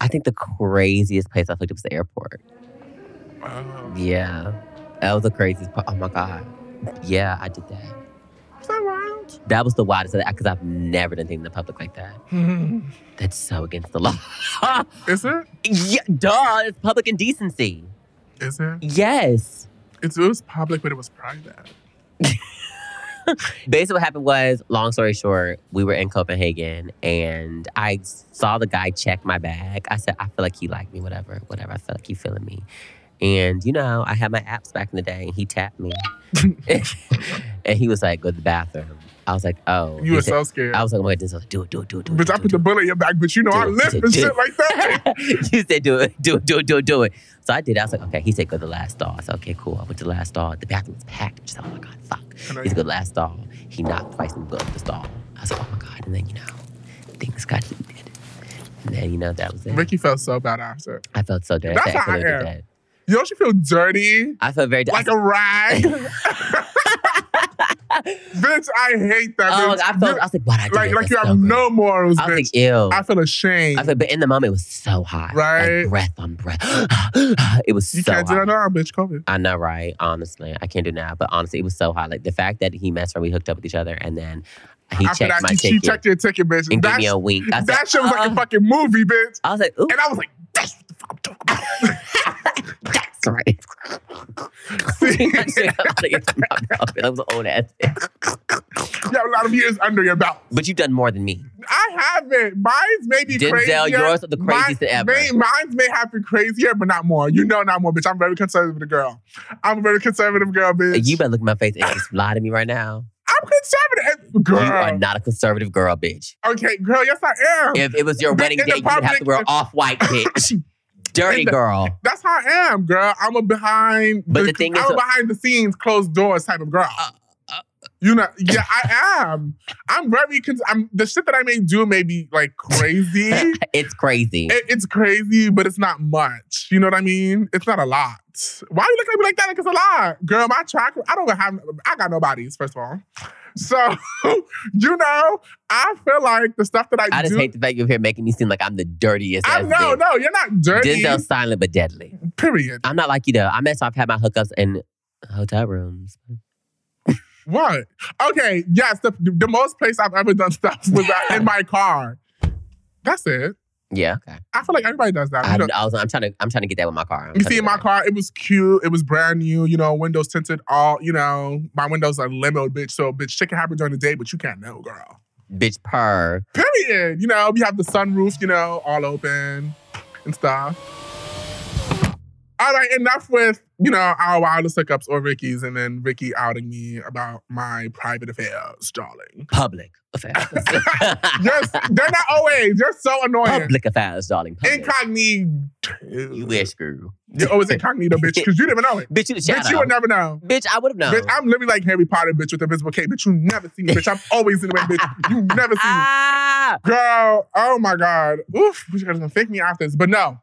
[SPEAKER 1] I think the craziest place I've hooked up was the airport.
[SPEAKER 2] Oh.
[SPEAKER 1] Yeah. That was the craziest part. Oh my God. Yeah, I did that.
[SPEAKER 2] Is that wild?
[SPEAKER 1] That was the wildest because I've never done anything in the public like that.
[SPEAKER 2] Hmm.
[SPEAKER 1] That's so against the law.
[SPEAKER 2] Is it?
[SPEAKER 1] yeah, duh, it's public indecency.
[SPEAKER 2] Is it?
[SPEAKER 1] Yes.
[SPEAKER 2] It's, it was public, but it was private.
[SPEAKER 1] Basically, what happened was, long story short, we were in Copenhagen and I saw the guy check my bag. I said, I feel like he liked me, whatever, whatever. I feel like he feeling me. And, you know, I had my apps back in the day and he tapped me. and he was like, go to the bathroom. I was like, oh.
[SPEAKER 2] You were
[SPEAKER 1] He said-
[SPEAKER 2] so scared.
[SPEAKER 1] I was like, oh my goodness. I was like, do it, do it, do it, do it.
[SPEAKER 2] Bitch,
[SPEAKER 1] do
[SPEAKER 2] I
[SPEAKER 1] it,
[SPEAKER 2] put
[SPEAKER 1] do
[SPEAKER 2] the
[SPEAKER 1] it."
[SPEAKER 2] bullet in your back, but you know I
[SPEAKER 1] Dude,
[SPEAKER 2] lift
[SPEAKER 1] dude,
[SPEAKER 2] and shit
[SPEAKER 1] dude.
[SPEAKER 2] like that.
[SPEAKER 1] he said, do it, do it, do it, do it, do it. So I did it. I was like, okay. He said, go to the last stall. I said, okay, cool. I went to the last stall. The bathroom was packed. I just thought, oh my God, fuck.
[SPEAKER 2] And I-
[SPEAKER 1] He's good last stall. He knocked twice and blew up the stall. I was like, oh my God. And then, you know, things got heated. And then, you know, that was it.
[SPEAKER 2] Ricky felt so bad after.
[SPEAKER 1] I felt so dirty.
[SPEAKER 2] That's
[SPEAKER 1] I, said, I
[SPEAKER 2] how I
[SPEAKER 1] feel very
[SPEAKER 2] am.
[SPEAKER 1] dead.
[SPEAKER 2] You don't you feel dirty?
[SPEAKER 1] I felt very dead.
[SPEAKER 2] Like a rag. bitch, I hate that.
[SPEAKER 1] oh,
[SPEAKER 2] bitch.
[SPEAKER 1] I felt, I was like, why'd I do
[SPEAKER 2] like
[SPEAKER 1] that?
[SPEAKER 2] like
[SPEAKER 1] That's
[SPEAKER 2] you have
[SPEAKER 1] so gross.
[SPEAKER 2] no morals,
[SPEAKER 1] I was
[SPEAKER 2] bitch.
[SPEAKER 1] like, ew.
[SPEAKER 2] I feel ashamed.
[SPEAKER 1] I was like, but in the moment, it was so hot.
[SPEAKER 2] Right.
[SPEAKER 1] Like breath on breath. it was
[SPEAKER 2] you
[SPEAKER 1] so
[SPEAKER 2] can't
[SPEAKER 1] hot.
[SPEAKER 2] do that now, bitch. COVID.
[SPEAKER 1] I know, right? Honestly, I can't do now. But honestly, it was so hot. Like the fact that he messed around, we hooked up with each other, and then he
[SPEAKER 2] After
[SPEAKER 1] checked
[SPEAKER 2] that,
[SPEAKER 1] my
[SPEAKER 2] she- she
[SPEAKER 1] ticket
[SPEAKER 2] checked your ticket, bitch.
[SPEAKER 1] and gave
[SPEAKER 2] That's-
[SPEAKER 1] me a wink. I said,
[SPEAKER 2] that shit was like
[SPEAKER 1] "Uh."
[SPEAKER 2] a fucking movie, bitch.
[SPEAKER 1] I was like, ooh,
[SPEAKER 2] And I was like, that's what the fuck I'm talking about.
[SPEAKER 1] that's right. I just said, "I'm gonna get knocked out." That was an old ass.
[SPEAKER 2] You have a lot of years under your belt.
[SPEAKER 1] But you've done more than me.
[SPEAKER 2] I haven't. Mine's maybe
[SPEAKER 1] Denzel,
[SPEAKER 2] crazier.
[SPEAKER 1] yours are the craziest
[SPEAKER 2] Mine-
[SPEAKER 1] ever.
[SPEAKER 2] May, mine's may have been crazier, but not more. You know, not more, bitch. I'm a very conservative girl. I'm a very conservative girl, bitch.
[SPEAKER 1] You better look at my face and just lie to me right now.
[SPEAKER 2] I'm conservative, girl.
[SPEAKER 1] You are not a conservative girl, bitch.
[SPEAKER 2] okay, girl. Yes, I am.
[SPEAKER 1] If it was your
[SPEAKER 2] But
[SPEAKER 1] wedding
[SPEAKER 2] in
[SPEAKER 1] day,
[SPEAKER 2] the
[SPEAKER 1] you would have to
[SPEAKER 2] public-
[SPEAKER 1] wear off white, bitch. Dirty
[SPEAKER 2] In the-
[SPEAKER 1] girl.
[SPEAKER 2] That's how I am, girl. I'm a behind.
[SPEAKER 1] But the thing
[SPEAKER 2] I'm
[SPEAKER 1] is-
[SPEAKER 2] a behind the scenes, closed doors type of girl.
[SPEAKER 1] Uh, uh,
[SPEAKER 2] you know, yeah, I am. I'm very. Cons- I'm the shit that I may do may be like crazy. it,
[SPEAKER 1] It's crazy.
[SPEAKER 2] it's crazy, but it's not much. You know what I mean? It's not a lot. Why you looking at me like that? Like it's a lot, girl. My track. I don't even have. I got no bodies. First of all, so you know, I feel like the stuff that I,
[SPEAKER 1] I just
[SPEAKER 2] do.
[SPEAKER 1] hate the fact you're here making me seem like I'm the dirtiest.
[SPEAKER 2] I
[SPEAKER 1] ass
[SPEAKER 2] know,
[SPEAKER 1] bitch.
[SPEAKER 2] no, you're not dirty.
[SPEAKER 1] Denzel silent but deadly.
[SPEAKER 2] Period.
[SPEAKER 1] I'm not like you though. I mess. I've had my hookups in hotel rooms.
[SPEAKER 2] What? Okay, yes, the, the most place I've ever done stuff was uh, in my car. That's it.
[SPEAKER 1] Yeah. Okay.
[SPEAKER 2] I feel like everybody does that.
[SPEAKER 1] I,
[SPEAKER 2] You, know,
[SPEAKER 1] I was, I'm trying to. I'm trying to get that with my car. I'm
[SPEAKER 2] you
[SPEAKER 1] trying to
[SPEAKER 2] see,
[SPEAKER 1] get
[SPEAKER 2] in my
[SPEAKER 1] that.
[SPEAKER 2] car, it was cute. It was brand new. You know, windows tinted. All you know, my windows are limo, bitch. So, bitch, shit can happen during the day, but you can't know, girl.
[SPEAKER 1] Bitch purr.
[SPEAKER 2] Period. You know, we have the sunroof. You know, all open and stuff. All right, enough with you know our wildest hookups or Ricky's, and then Ricky outing me about my private affairs, darling.
[SPEAKER 1] Public affairs.
[SPEAKER 2] You're, they're not always. You're so annoying.
[SPEAKER 1] Public affairs, darling. Public.
[SPEAKER 2] Incognito.
[SPEAKER 1] You wish, girl.
[SPEAKER 2] You're always incognito, bitch, because you never know it.
[SPEAKER 1] Bitch, you the shadow.
[SPEAKER 2] Bitch, you would never know.
[SPEAKER 1] Bitch, I would have known.
[SPEAKER 2] Bitch, I'm living like Harry Potter, bitch, with invisible cape. Bitch, you never see me, bitch. I'm always in the way, bitch. You never see me.
[SPEAKER 1] ah.
[SPEAKER 2] Girl, oh my God. Oof, she's gonna fake me after this. But no,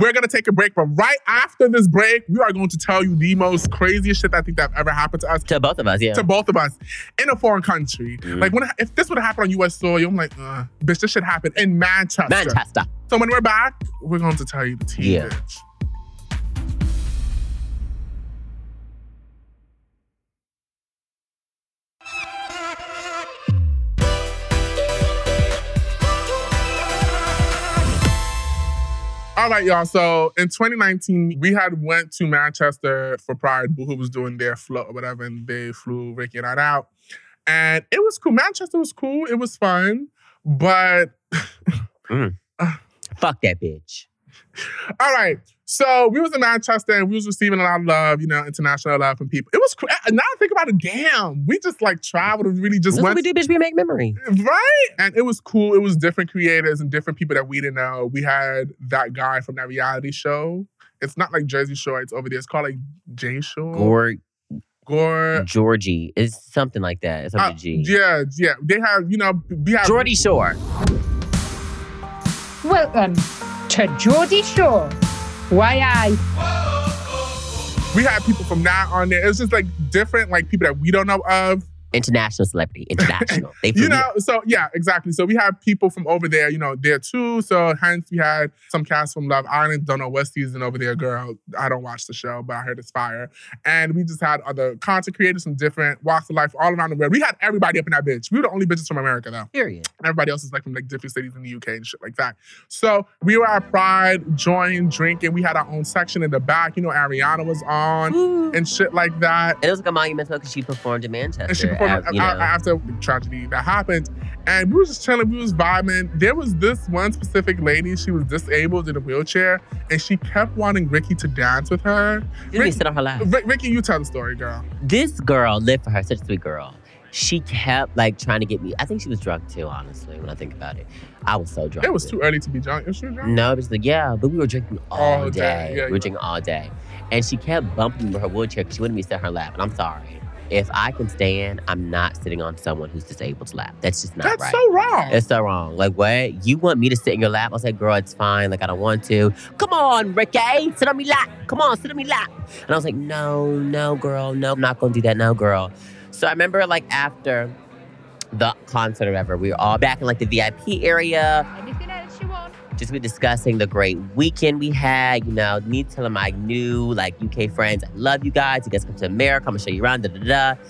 [SPEAKER 2] we're gonna take a break. But right after this break, we are going to tell you the most craziest shit I think that ever happened to us.
[SPEAKER 1] To both of us, yeah.
[SPEAKER 2] to both of us in a foreign country.
[SPEAKER 1] Mhm.
[SPEAKER 2] Like when if this would have happened on U.S. soil, I'm like, uh, bitch, this should happen in Manchester.
[SPEAKER 1] Manchester.
[SPEAKER 2] So when we're back, we're going to tell you the tea,
[SPEAKER 1] Yeah.
[SPEAKER 2] bitch. All right, y'all. So in 2019, we had went to Manchester for Pride. Boohoo was doing their float or whatever, and they flew Ricky and I out. And it was cool. Manchester was cool. It was fun. But
[SPEAKER 1] Fuck that bitch.
[SPEAKER 2] all right. So we was in Manchester and we was receiving a lot of love, you know, international love from people. It was cool. Now I think about it, damn, we just like traveled and really just
[SPEAKER 1] That's what
[SPEAKER 2] went
[SPEAKER 1] we do, bitch. We make memories.
[SPEAKER 2] Right? And it was cool. It was different creators and different people that we didn't know. We had that guy from that reality show. It's not like Jersey Shore, it's over there. It's called like Jay Shore.
[SPEAKER 1] Or
[SPEAKER 2] Gore.
[SPEAKER 1] Georgie. It's something like that. It's
[SPEAKER 2] Uh,
[SPEAKER 1] something G.
[SPEAKER 2] Yeah, yeah. They have, you know, we have
[SPEAKER 1] Geordie Shore.
[SPEAKER 4] Welcome to Geordie Shore. Why I
[SPEAKER 2] we had people from that on there. It's just like different like people that we don't know of
[SPEAKER 1] International celebrity, international. They
[SPEAKER 2] You
[SPEAKER 1] from-
[SPEAKER 2] know, so yeah, exactly. So we have people from over there, you know, there too. So hence we had some cast from Love Island. Don't know what season over there, girl. I don't watch the show, but I heard it's fire. And we just had other content creators from different walks of life all around the world. We had everybody up in that bitch. We were the only bitches from America though.
[SPEAKER 1] period.
[SPEAKER 2] Everybody else is like from like different cities in the UK and shit like that. So we were at Pride, joined, drinking. We had our own section in the back. You know, Ariana was on
[SPEAKER 1] Ooh. And
[SPEAKER 2] and shit like that.
[SPEAKER 1] it was like a monumental because she performed in Manchester.
[SPEAKER 2] And she performed
[SPEAKER 1] at-
[SPEAKER 2] a-
[SPEAKER 1] you know,
[SPEAKER 2] a- after the tragedy that happened. And we were just chilling, we was vibing. There was this one specific lady, she was disabled in a wheelchair, and she kept wanting Ricky to dance with her.
[SPEAKER 1] didn't
[SPEAKER 2] Rick-
[SPEAKER 1] even sit on her lap.
[SPEAKER 2] Ri- Ricky, you tell the story, girl.
[SPEAKER 1] This girl lived for her, such a sweet girl. She kept like trying to get me. I think she was drunk too, honestly, when I think about it. I was so drunk.
[SPEAKER 2] It was too early to be drunk. It was too drunk.
[SPEAKER 1] No, it was like, yeah, but we were drinking all,
[SPEAKER 2] All
[SPEAKER 1] day.
[SPEAKER 2] day, yeah,
[SPEAKER 1] we
[SPEAKER 2] yeah.
[SPEAKER 1] were drinking all day. And she kept bumping her wheelchair because she wouldn't be sitting on her lap. And I'm sorry. If I can stand, I'm not sitting on someone who's disabled's lap. That's just not
[SPEAKER 2] That's
[SPEAKER 1] right.
[SPEAKER 2] so wrong.
[SPEAKER 1] It's so wrong. Like, what? You want me to sit in your lap? I was like, girl, it's fine. Like, I don't want to. Come on, Ricky. Sit on me lap. Come on, sit on me lap. And I was like, no, no, girl. No, I'm not going to do that. No, girl. So I remember, like, after the concert or whatever, we were all back in, like, the VIP area
[SPEAKER 3] Anything else you want?
[SPEAKER 1] just be discussing the great weekend we had. You know, me telling my new like UK friends, I love you guys. You guys come to America, I'm gonna show you around. Da da da.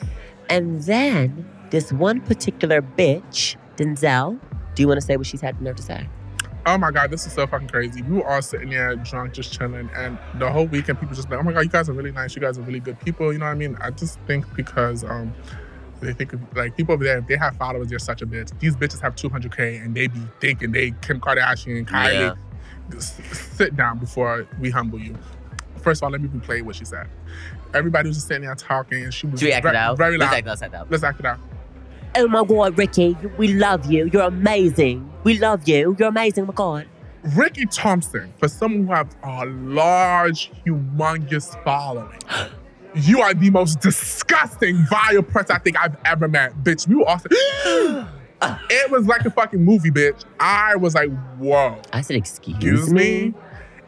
[SPEAKER 1] And then this one particular bitch, Denzel. Do you want to say what she's had the nerve to say?
[SPEAKER 2] Oh my god, this is so fucking crazy. We were all sitting there drunk, just chilling, and the whole weekend people just like, oh my god, you guys are really nice. You guys are really good people. You know what I mean? I just think because um, they think of- like people over there, if they have followers, they're such a bitch. These bitches have 200k, and they be thinking they Kim Kardashian, Kylie. Just sit down before we humble you. First of all, let me replay what she said. Everybody was just sitting there talking, and she was
[SPEAKER 1] Should we act
[SPEAKER 2] very,
[SPEAKER 1] it out?
[SPEAKER 2] very
[SPEAKER 1] Let's
[SPEAKER 2] loud.
[SPEAKER 1] act, let's act out.
[SPEAKER 2] Let's act it out.
[SPEAKER 1] Oh my God, Ricky, we love you. You're amazing. We love you. You're amazing. Oh my God.
[SPEAKER 2] Ricky Thompson, for someone who has a large, humongous following, you are the most disgusting, vile person I think I've ever met, bitch. We were awesome. it was like a fucking movie, bitch. I was like, whoa,
[SPEAKER 1] I said, excuse,
[SPEAKER 2] excuse me.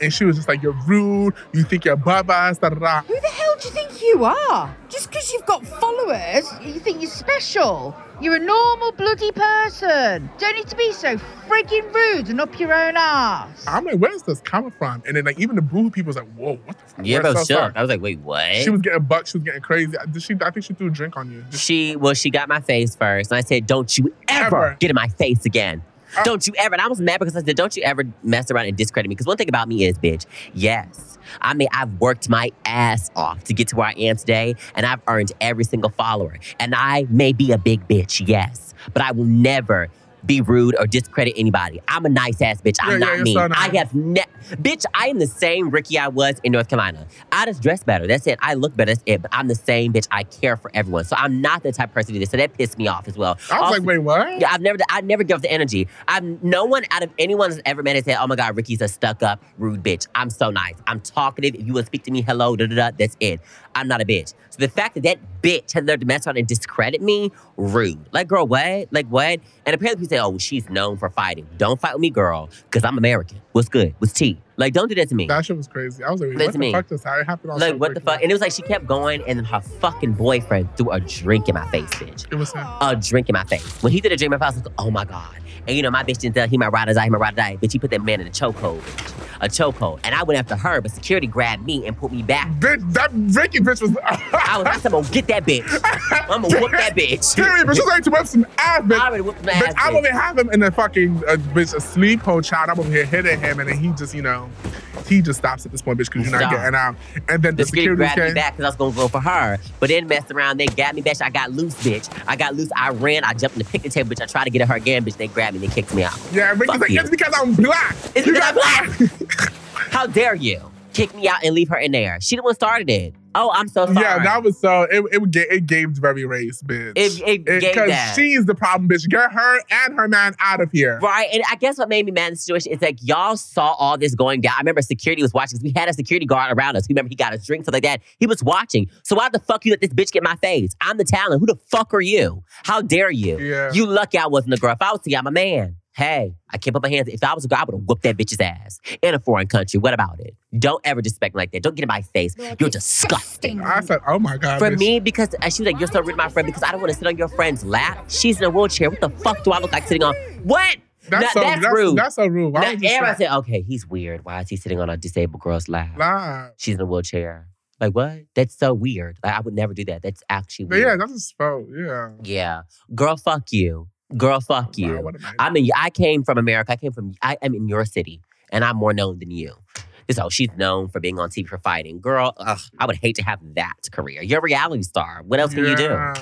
[SPEAKER 2] And she was just like, you're rude. You think you're above us. Da, da, da.
[SPEAKER 5] Who the hell do you think you are? Just because you've got followers, you think you're special. You're a normal bloody person. Don't need to be so friggin' rude and up your own ass.
[SPEAKER 2] I'm like, where's this coming from? And then like even the boo people was like, whoa, what the fuck?
[SPEAKER 1] Yeah,
[SPEAKER 2] We're
[SPEAKER 1] bro,
[SPEAKER 2] so
[SPEAKER 1] shook.
[SPEAKER 2] sorry.
[SPEAKER 1] I was like, wait, what?
[SPEAKER 2] She was getting bucked. She was getting crazy. Did she? I think she threw a drink on you. Did she-
[SPEAKER 1] She well, she got my face first, and I said, "Don't you ever,
[SPEAKER 2] Ever.
[SPEAKER 1] get in my face again."
[SPEAKER 2] Uh-
[SPEAKER 1] don't you ever? And I was mad because I said, "Don't you ever mess around and discredit me?" Because one thing about me is, bitch, yes, I mean I've worked my ass off to get to where I am today, and I've earned every single follower. And I may be a big bitch, yes, but I will never be rude or discredit anybody. I'm a nice ass bitch. I'm
[SPEAKER 2] Yeah, yeah,
[SPEAKER 1] not
[SPEAKER 2] you're
[SPEAKER 1] mean.
[SPEAKER 2] so nice.
[SPEAKER 1] I have ne- bitch. I am the same Ricky I was in North Carolina. I just dress better. That's it. I look better. That's it. But I'm the same bitch. I care for everyone. So I'm not the type of person to do this. So that pissed me off as well.
[SPEAKER 2] I was
[SPEAKER 1] Also-
[SPEAKER 2] like, wait, what?
[SPEAKER 1] yeah, I've never, I never give up the energy. I'm no one out of anyone has ever met and said, "Oh my God, Ricky's a stuck-up, rude bitch." I'm so nice. I'm talkative. If you want to speak to me, hello, da da da. That's it. I'm not a bitch. So the fact that that bitch had learned to mess around and discredit me, rude. Like, girl, what? Like, what? And apparently, people say, "Oh, she's known for fighting." Don't fight with me, girl, because I'm American. What's good? What's tea? Like, don't do that to me.
[SPEAKER 2] That shit was crazy. I was like, wait,
[SPEAKER 1] That's
[SPEAKER 2] what the
[SPEAKER 1] me.
[SPEAKER 2] fuck just happened? It happened all so
[SPEAKER 1] Like, what the
[SPEAKER 2] quickly.
[SPEAKER 1] fuck? And it was like she kept going, and then her fucking boyfriend threw a drink in my face, bitch.
[SPEAKER 2] It was him.
[SPEAKER 1] a drink in my face. When he did a drink in my face, I was like, oh my God. And you know, my bitch didn't tell he my ride or die, he my ride or die. Bitch, he put that man in a chokehold, bitch. A chokehold. And I went after her, but security grabbed me and put me back.
[SPEAKER 2] Bitch, that Ricky bitch was.
[SPEAKER 1] I was like, I'm gonna get that bitch. I'm gonna whoop that bitch.
[SPEAKER 2] Period, bitch. She's ready to whip some ass,
[SPEAKER 1] I
[SPEAKER 2] bitch.
[SPEAKER 1] already whooped my ass.
[SPEAKER 2] Bitch, I
[SPEAKER 1] bitch.
[SPEAKER 2] only have him in the fucking uh, bitch asleep, whole child. I'm over here hitting him, and then he just, you know, he just stops at this point, bitch, because you're not
[SPEAKER 1] Stop.
[SPEAKER 2] getting out. And then the,
[SPEAKER 1] The security
[SPEAKER 2] security
[SPEAKER 1] grabbed me
[SPEAKER 2] came.
[SPEAKER 1] back because I was gonna go for her, but then messed around. They grabbed me back. I got loose, bitch. I got loose. I ran. I jumped in the picnic table, bitch. I tried to get at her again, bitch. They grabbed me. They kicked me out.
[SPEAKER 2] Yeah, Ricky's
[SPEAKER 1] Fuck
[SPEAKER 2] like,
[SPEAKER 1] you.
[SPEAKER 2] it's because I'm black.
[SPEAKER 1] It's
[SPEAKER 2] You
[SPEAKER 1] because
[SPEAKER 2] got-
[SPEAKER 1] I'm How dare you kick me out and leave her in there? She the one started it. Oh, I'm so sorry.
[SPEAKER 2] Yeah, that was so. It it, would get- it gave very race, bitch.
[SPEAKER 1] It- it gave that.
[SPEAKER 2] she's the problem, bitch. Get her and her man out of here.
[SPEAKER 1] Right. And I guess what made me mad in the situation is like y'all saw all this going down. I remember security was watching 'cause we had a security guard around us. Remember he got us drinks, stuff like that. He was watching. So why the fuck you let this bitch get in my face? I'm the talent. Who the fuck are you? How dare you?
[SPEAKER 2] Yeah.
[SPEAKER 1] You lucky I wasn't a girl. If I was to you, I'm a man. Hey, I kept up my hands. If I was a girl, I would have whooped that bitch's ass in a foreign country. What about it? Don't ever disrespect me like that. Don't get in my face. You're disgusting.
[SPEAKER 2] I said, oh my God.
[SPEAKER 1] For
[SPEAKER 2] bitch.
[SPEAKER 1] me, because and she was like, You're so rude to my friend because I don't want to sit on your friend's lap. She's in a wheelchair. What the fuck do I look like sitting on? What? that-
[SPEAKER 2] that's, so,
[SPEAKER 1] that's
[SPEAKER 2] that's, that's
[SPEAKER 1] rude.
[SPEAKER 2] so rude. Why
[SPEAKER 1] Now,
[SPEAKER 2] would you
[SPEAKER 1] everybody
[SPEAKER 2] say-
[SPEAKER 1] said, Okay, he's weird. Why is he sitting on a disabled girl's lap?
[SPEAKER 2] Lie.
[SPEAKER 1] She's in a wheelchair. Like, what? That's so weird. Like, I would never do that. That's actually
[SPEAKER 2] But yeah,
[SPEAKER 1] weird.
[SPEAKER 2] that's a spell. Yeah.
[SPEAKER 1] yeah. Girl, fuck you. Girl, fuck you.
[SPEAKER 2] Wow, what am I-
[SPEAKER 1] I mean, I came from America. I came from. I am in your city, and I'm more known than you. So she's known for being on TV for fighting. Girl, ugh, I would hate to have that career. You're a reality star. What else can you do?
[SPEAKER 2] Yeah.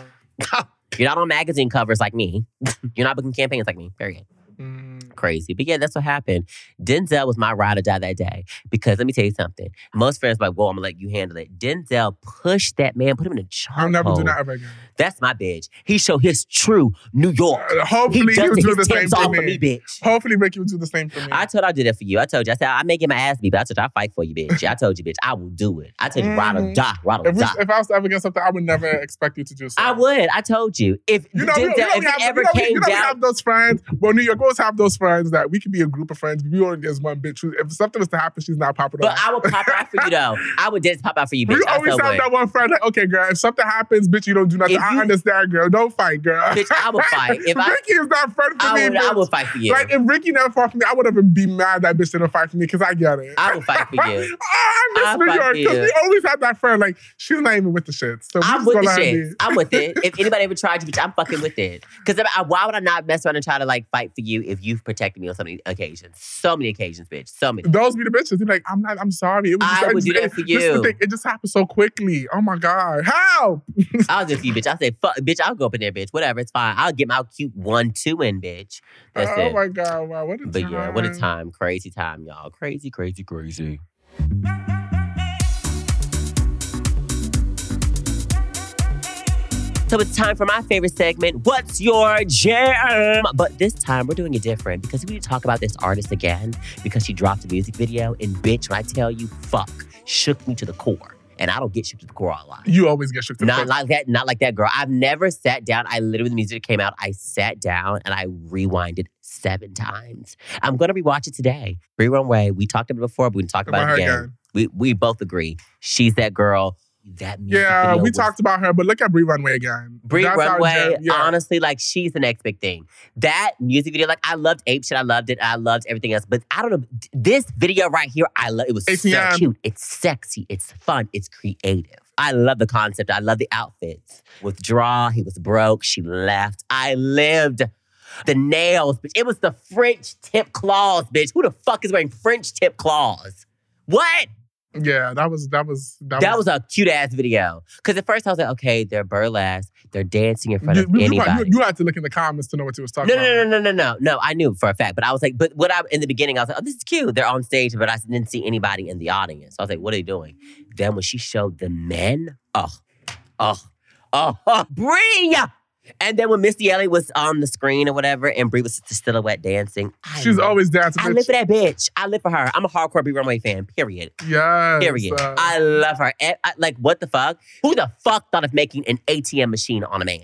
[SPEAKER 1] You're not on magazine covers like me. You're not booking campaigns like me. Period.
[SPEAKER 2] Mm,
[SPEAKER 1] Crazy. But yeah, that's what happened. Denzel was my ride or die that day. Because let me tell you something. Most friends like, whoa, I'm gonna let you handle it. Denzel pushed that man, put him in a chokehold.
[SPEAKER 2] I'll never do that ever again.
[SPEAKER 1] That's my bitch. He showed his true New York.
[SPEAKER 2] Uh,
[SPEAKER 1] He
[SPEAKER 2] hopefully,
[SPEAKER 1] does
[SPEAKER 2] he will
[SPEAKER 1] it.
[SPEAKER 2] do
[SPEAKER 1] His
[SPEAKER 2] the same
[SPEAKER 1] tips off
[SPEAKER 2] for
[SPEAKER 1] of me,
[SPEAKER 2] me.
[SPEAKER 1] bitch.
[SPEAKER 2] Hopefully, Ricky will do the same for me.
[SPEAKER 1] I told her I did it for you. I told you. I said I may get my ass beat, but I told you I fight for you, bitch. I told you, bitch, I will do it. I told you, ride or
[SPEAKER 2] Mhm.
[SPEAKER 1] die, ride or
[SPEAKER 2] if, we,
[SPEAKER 1] die.
[SPEAKER 2] if I was ever against something, I would never expect you to do so.
[SPEAKER 1] I would. I told you. If
[SPEAKER 2] You know,
[SPEAKER 1] Denzel,
[SPEAKER 2] you know,
[SPEAKER 1] if
[SPEAKER 2] you know,
[SPEAKER 1] it
[SPEAKER 2] we have,
[SPEAKER 1] ever
[SPEAKER 2] you know, we-
[SPEAKER 1] came
[SPEAKER 2] you know we
[SPEAKER 1] down,
[SPEAKER 2] have those friends. Well, New York girls have those friends that we could be a group of friends. We only there's one bitch. Who, if something was to happen, she's not popping
[SPEAKER 1] but
[SPEAKER 2] off.
[SPEAKER 1] I would pop out for you though. I would dance pop out for you, bitch.
[SPEAKER 2] We
[SPEAKER 1] I
[SPEAKER 2] always
[SPEAKER 1] so
[SPEAKER 2] have
[SPEAKER 1] would.
[SPEAKER 2] that one friend like, okay, girl, if something happens, bitch, you don't do nothing.
[SPEAKER 1] If
[SPEAKER 2] I
[SPEAKER 1] you-
[SPEAKER 2] understand, girl. Don't fight, girl.
[SPEAKER 1] Bitch, I would fight. If I-
[SPEAKER 2] Ricky is not friend for me,
[SPEAKER 1] I would. I
[SPEAKER 2] bitch.
[SPEAKER 1] would fight for you.
[SPEAKER 2] Like if Ricky never fought for me, I would have been be mad that bitch didn't fight for me because I get it.
[SPEAKER 1] I would fight for you.
[SPEAKER 2] oh, I miss
[SPEAKER 1] I'll
[SPEAKER 2] New
[SPEAKER 1] fight
[SPEAKER 2] York
[SPEAKER 1] for
[SPEAKER 2] because
[SPEAKER 1] you.
[SPEAKER 2] we always had that friend. Like she's not even with the shit. So we
[SPEAKER 1] I'm
[SPEAKER 2] just
[SPEAKER 1] with
[SPEAKER 2] gonna
[SPEAKER 1] the
[SPEAKER 2] let her
[SPEAKER 1] shit.
[SPEAKER 2] be.
[SPEAKER 1] I'm with it. If anybody ever tried you, bitch, I'm fucking with it. Because why would I not mess around and try to like fight for you if you've protected me on so many occasions? So many occasions, bitch. So many.
[SPEAKER 2] Those be the bitches. They're like, I'm not. I'm sorry. It was
[SPEAKER 1] I
[SPEAKER 2] just,
[SPEAKER 1] would do that
[SPEAKER 2] it-
[SPEAKER 1] for
[SPEAKER 2] this is the
[SPEAKER 1] you.
[SPEAKER 2] thing, It just happened so quickly. Oh my god. How?
[SPEAKER 1] I'll just you, bitch. I say, fuck, bitch. I'll go up in there, bitch. Whatever, it's fine. I'll get my cute one, two in, bitch. That's
[SPEAKER 2] oh
[SPEAKER 1] it.
[SPEAKER 2] my god. Wow. What a
[SPEAKER 1] But
[SPEAKER 2] time.
[SPEAKER 1] yeah, what a time. Crazy time, y'all. Crazy, crazy, crazy. So it's time for my favorite segment, What's Your Jam? But this time we're doing it different because we need to talk about this artist again because she dropped a music video and bitch, when I tell you, fuck, shook me to the core. And I don't get shook to the core a lot.
[SPEAKER 2] You always get shook to the
[SPEAKER 1] Not
[SPEAKER 2] core.
[SPEAKER 1] like that, not like that, girl. I've never sat down. I literally, the music came out, I sat down and I rewinded seven times. I'm gonna rewatch it today. Rerun way. We talked about it before, but we can talk
[SPEAKER 2] About
[SPEAKER 1] about
[SPEAKER 2] her
[SPEAKER 1] it again.
[SPEAKER 2] again.
[SPEAKER 1] We we both agree. She's that girl. That music
[SPEAKER 2] Yeah,
[SPEAKER 1] video
[SPEAKER 2] we
[SPEAKER 1] was-
[SPEAKER 2] talked about her, but look at Bree Runway again.
[SPEAKER 1] Brie
[SPEAKER 2] That's our
[SPEAKER 1] Runway,
[SPEAKER 2] jam, yeah.
[SPEAKER 1] honestly, like she's the next big thing. That music video, like I loved Ape Shit, I loved it, I loved everything else. But I don't know, d- this video right here, I love. It was so
[SPEAKER 2] ATM.
[SPEAKER 1] cute. It's sexy. It's fun. It's creative. I love the concept. I love the outfits. Withdraw. He was broke. She left. I lived. The nails, bitch. It was the French tip claws, bitch. Who the fuck is wearing French tip claws? What?
[SPEAKER 2] Yeah, that was that was that,
[SPEAKER 1] That was a cute ass video. Cause at first I was like, okay, they're burlesque, they're dancing in front
[SPEAKER 2] you,
[SPEAKER 1] of
[SPEAKER 2] you- you-
[SPEAKER 1] anybody.
[SPEAKER 2] You, you had to look in the comments to know what you was talking
[SPEAKER 1] No,
[SPEAKER 2] about.
[SPEAKER 1] no, no, no, no, no, no. I knew for a fact, but I was like, but what I in the beginning, I was like, oh, this is cute. They're on stage, but I didn't see anybody in the audience. I was like, what are they doing? Then when she showed the men, oh, oh, oh, oh Bree. And then when Missy Elliott was on the screen or whatever, and Bree was just a silhouette dancing, I
[SPEAKER 2] She's
[SPEAKER 1] live-
[SPEAKER 2] always dancing.
[SPEAKER 1] I live for that bitch. I live for her. I'm a hardcore Bree Runway fan. Period.
[SPEAKER 2] Yes.
[SPEAKER 1] Period.
[SPEAKER 2] uh,
[SPEAKER 1] I love her. And I- like, what the fuck? Who the fuck thought of making an ATM machine on a man?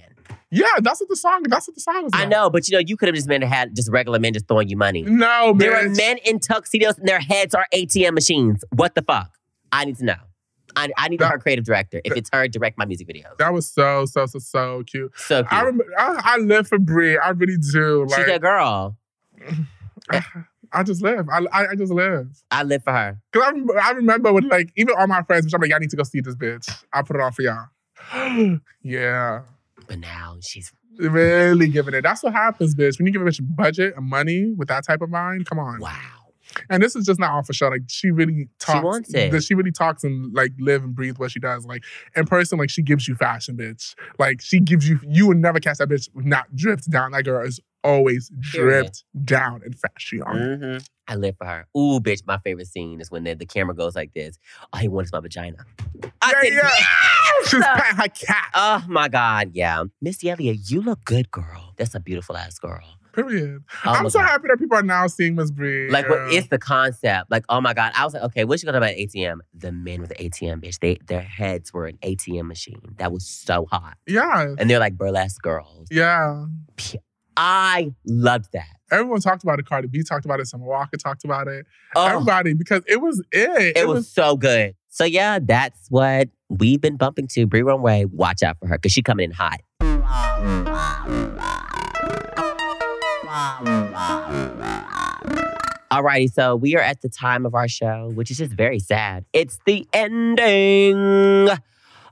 [SPEAKER 2] yeah, that's what the song. That's what the song was.
[SPEAKER 1] I
[SPEAKER 2] about.
[SPEAKER 1] know, but you know, you could have just been had just regular men just throwing you money.
[SPEAKER 2] No, bitch.
[SPEAKER 1] There are men in tuxedos and their heads are ATM machines. What the fuck? I need to know. I, I need to
[SPEAKER 2] That-
[SPEAKER 1] her creative director. If it's her, direct my music videos.
[SPEAKER 2] That was so so so so cute.
[SPEAKER 1] So cute.
[SPEAKER 2] I remember. I, I live for Brie. I really do.
[SPEAKER 1] She's a
[SPEAKER 2] Like
[SPEAKER 1] girl.
[SPEAKER 2] I just live. I I, I just live.
[SPEAKER 1] I live for her.
[SPEAKER 2] Cause I remember, I remember when like even all my friends, which I'm like, y'all need to go see this bitch. I put it on for y'all. yeah.
[SPEAKER 1] But now she's
[SPEAKER 2] Really giving it. That's what happens, bitch. When you give a bitch budget and money with that type of mind, come on.
[SPEAKER 1] wow.
[SPEAKER 2] And this is just not off for show. Like she really talks.
[SPEAKER 1] wants it.
[SPEAKER 2] that She really talks and like live and breathe what she does. Like in person, like she gives you fashion, bitch. Like she gives you. You would never catch that bitch not dripped down. That girl is always
[SPEAKER 1] Period.
[SPEAKER 2] dripped down in fashion.
[SPEAKER 1] Mhm. I live for her. Ooh, bitch, my favorite scene is when the, the camera goes like this. All he wants is my vagina. I
[SPEAKER 2] Yeah,
[SPEAKER 1] said,
[SPEAKER 2] yeah.
[SPEAKER 1] yes!
[SPEAKER 2] She's patting her cat.
[SPEAKER 1] Oh my God, yeah. Missy Elliott, you look good, girl. That's a beautiful ass girl.
[SPEAKER 2] Period.
[SPEAKER 1] Oh my
[SPEAKER 2] I'm so
[SPEAKER 1] God.
[SPEAKER 2] happy that people are now seeing Miss Bree.
[SPEAKER 1] Like,
[SPEAKER 2] girl.
[SPEAKER 1] what is the concept? Like, oh my God. I was like, okay, what you gonna about ATM? The men with the ATM, bitch. They their heads were an ATM machine. That was so hot.
[SPEAKER 2] Yeah.
[SPEAKER 1] And they're like burlesque girls.
[SPEAKER 2] Yeah.
[SPEAKER 1] I loved that.
[SPEAKER 2] Everyone talked about it. Cardi B talked about it. Summer Walker talked about it.
[SPEAKER 1] Oh,
[SPEAKER 2] Everybody, because it was it.
[SPEAKER 1] it, was, so good. So yeah, that's what we've been bumping to. Brie Runway, watch out for her because she coming in hot. Alrighty, so we are at the time of our show, which is just very sad. It's the ending.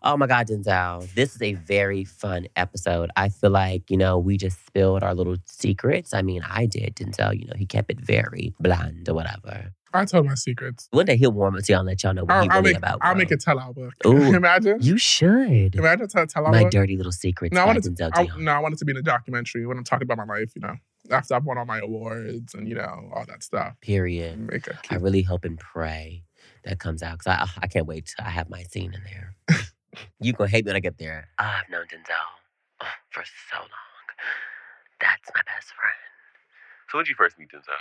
[SPEAKER 1] Oh my God, Denzel, this is a very fun episode. I feel like, you know, we just spilled our little secrets. I mean, I did. Denzel, you know, he kept it very bland or whatever.
[SPEAKER 2] I told my secrets.
[SPEAKER 1] One day he'll warm up to y'all and let y'all know what
[SPEAKER 2] I'll,
[SPEAKER 1] he
[SPEAKER 2] I'll
[SPEAKER 1] really
[SPEAKER 2] make,
[SPEAKER 1] about.
[SPEAKER 2] I'll
[SPEAKER 1] bro.
[SPEAKER 2] make a tell out book.
[SPEAKER 1] Ooh.
[SPEAKER 2] Imagine.
[SPEAKER 1] You should.
[SPEAKER 2] Imagine a tell out
[SPEAKER 1] My
[SPEAKER 2] book.
[SPEAKER 1] dirty little secrets.
[SPEAKER 2] No, I
[SPEAKER 1] by
[SPEAKER 2] wanted to,
[SPEAKER 1] Denzel
[SPEAKER 2] I,
[SPEAKER 1] Dion.
[SPEAKER 2] no, I wanted to be in a documentary when I'm talking about my life, you know, after I've won all my awards and, you know, all that stuff.
[SPEAKER 1] Period.
[SPEAKER 2] Make a
[SPEAKER 1] I really hope and pray that comes out because I, I can't wait till I have my scene in there. you gonna hate me when I get there. I've known Denzel uh, for so long. That's my best friend.
[SPEAKER 6] So when did you first meet Denzel?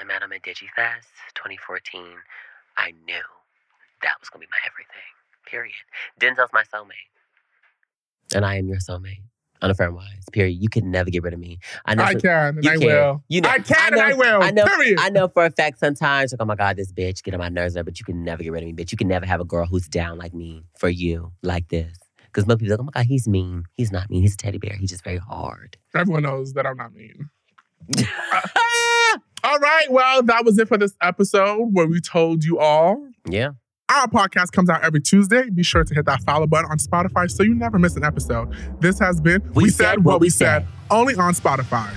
[SPEAKER 1] I met him at DigiFest 2014. I knew that was gonna be my everything. Period. Denzel's my soulmate, and I am your soulmate. Unaffair wise. Period. You can never get rid of me. I know.
[SPEAKER 2] I
[SPEAKER 1] some-
[SPEAKER 2] can and
[SPEAKER 1] you
[SPEAKER 2] I
[SPEAKER 1] can.
[SPEAKER 2] will.
[SPEAKER 1] You know-
[SPEAKER 2] I can
[SPEAKER 1] I
[SPEAKER 2] and I
[SPEAKER 1] know-
[SPEAKER 2] will.
[SPEAKER 1] I know-
[SPEAKER 2] period.
[SPEAKER 1] I know for a fact sometimes, like, oh my God, this bitch, get on my nerves, but you can never get rid of me, bitch. You can never have a girl who's down like me for you, like this. Because most people are like, oh my God, he's mean. He's not mean. He's a teddy bear. He's just very hard.
[SPEAKER 2] Everyone knows that I'm not mean. All right. Well, that was it for this episode where we told you all.
[SPEAKER 1] yeah.
[SPEAKER 2] Our podcast comes out every Tuesday. Be sure to hit that follow button on Spotify so you never miss an episode. This has been
[SPEAKER 1] We Said What We Said.
[SPEAKER 2] only on Spotify.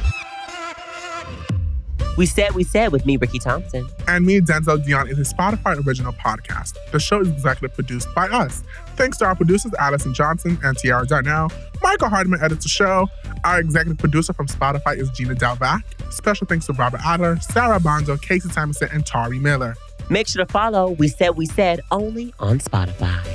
[SPEAKER 1] We said, we said with me, Ricky Thompson.
[SPEAKER 2] And me, Denzel Dion, is a Spotify original podcast. The show is executive produced by us. Thanks to our producers, Allison Johnson and Tiara Darnell. Michael Hardman edits the show. Our executive producer from Spotify is Gina Dalvac. Special thanks to Robert Adler, Sarah Bondo, Casey Thompson, and Tari Miller.
[SPEAKER 1] Make sure to follow We Said, We Said only on Spotify.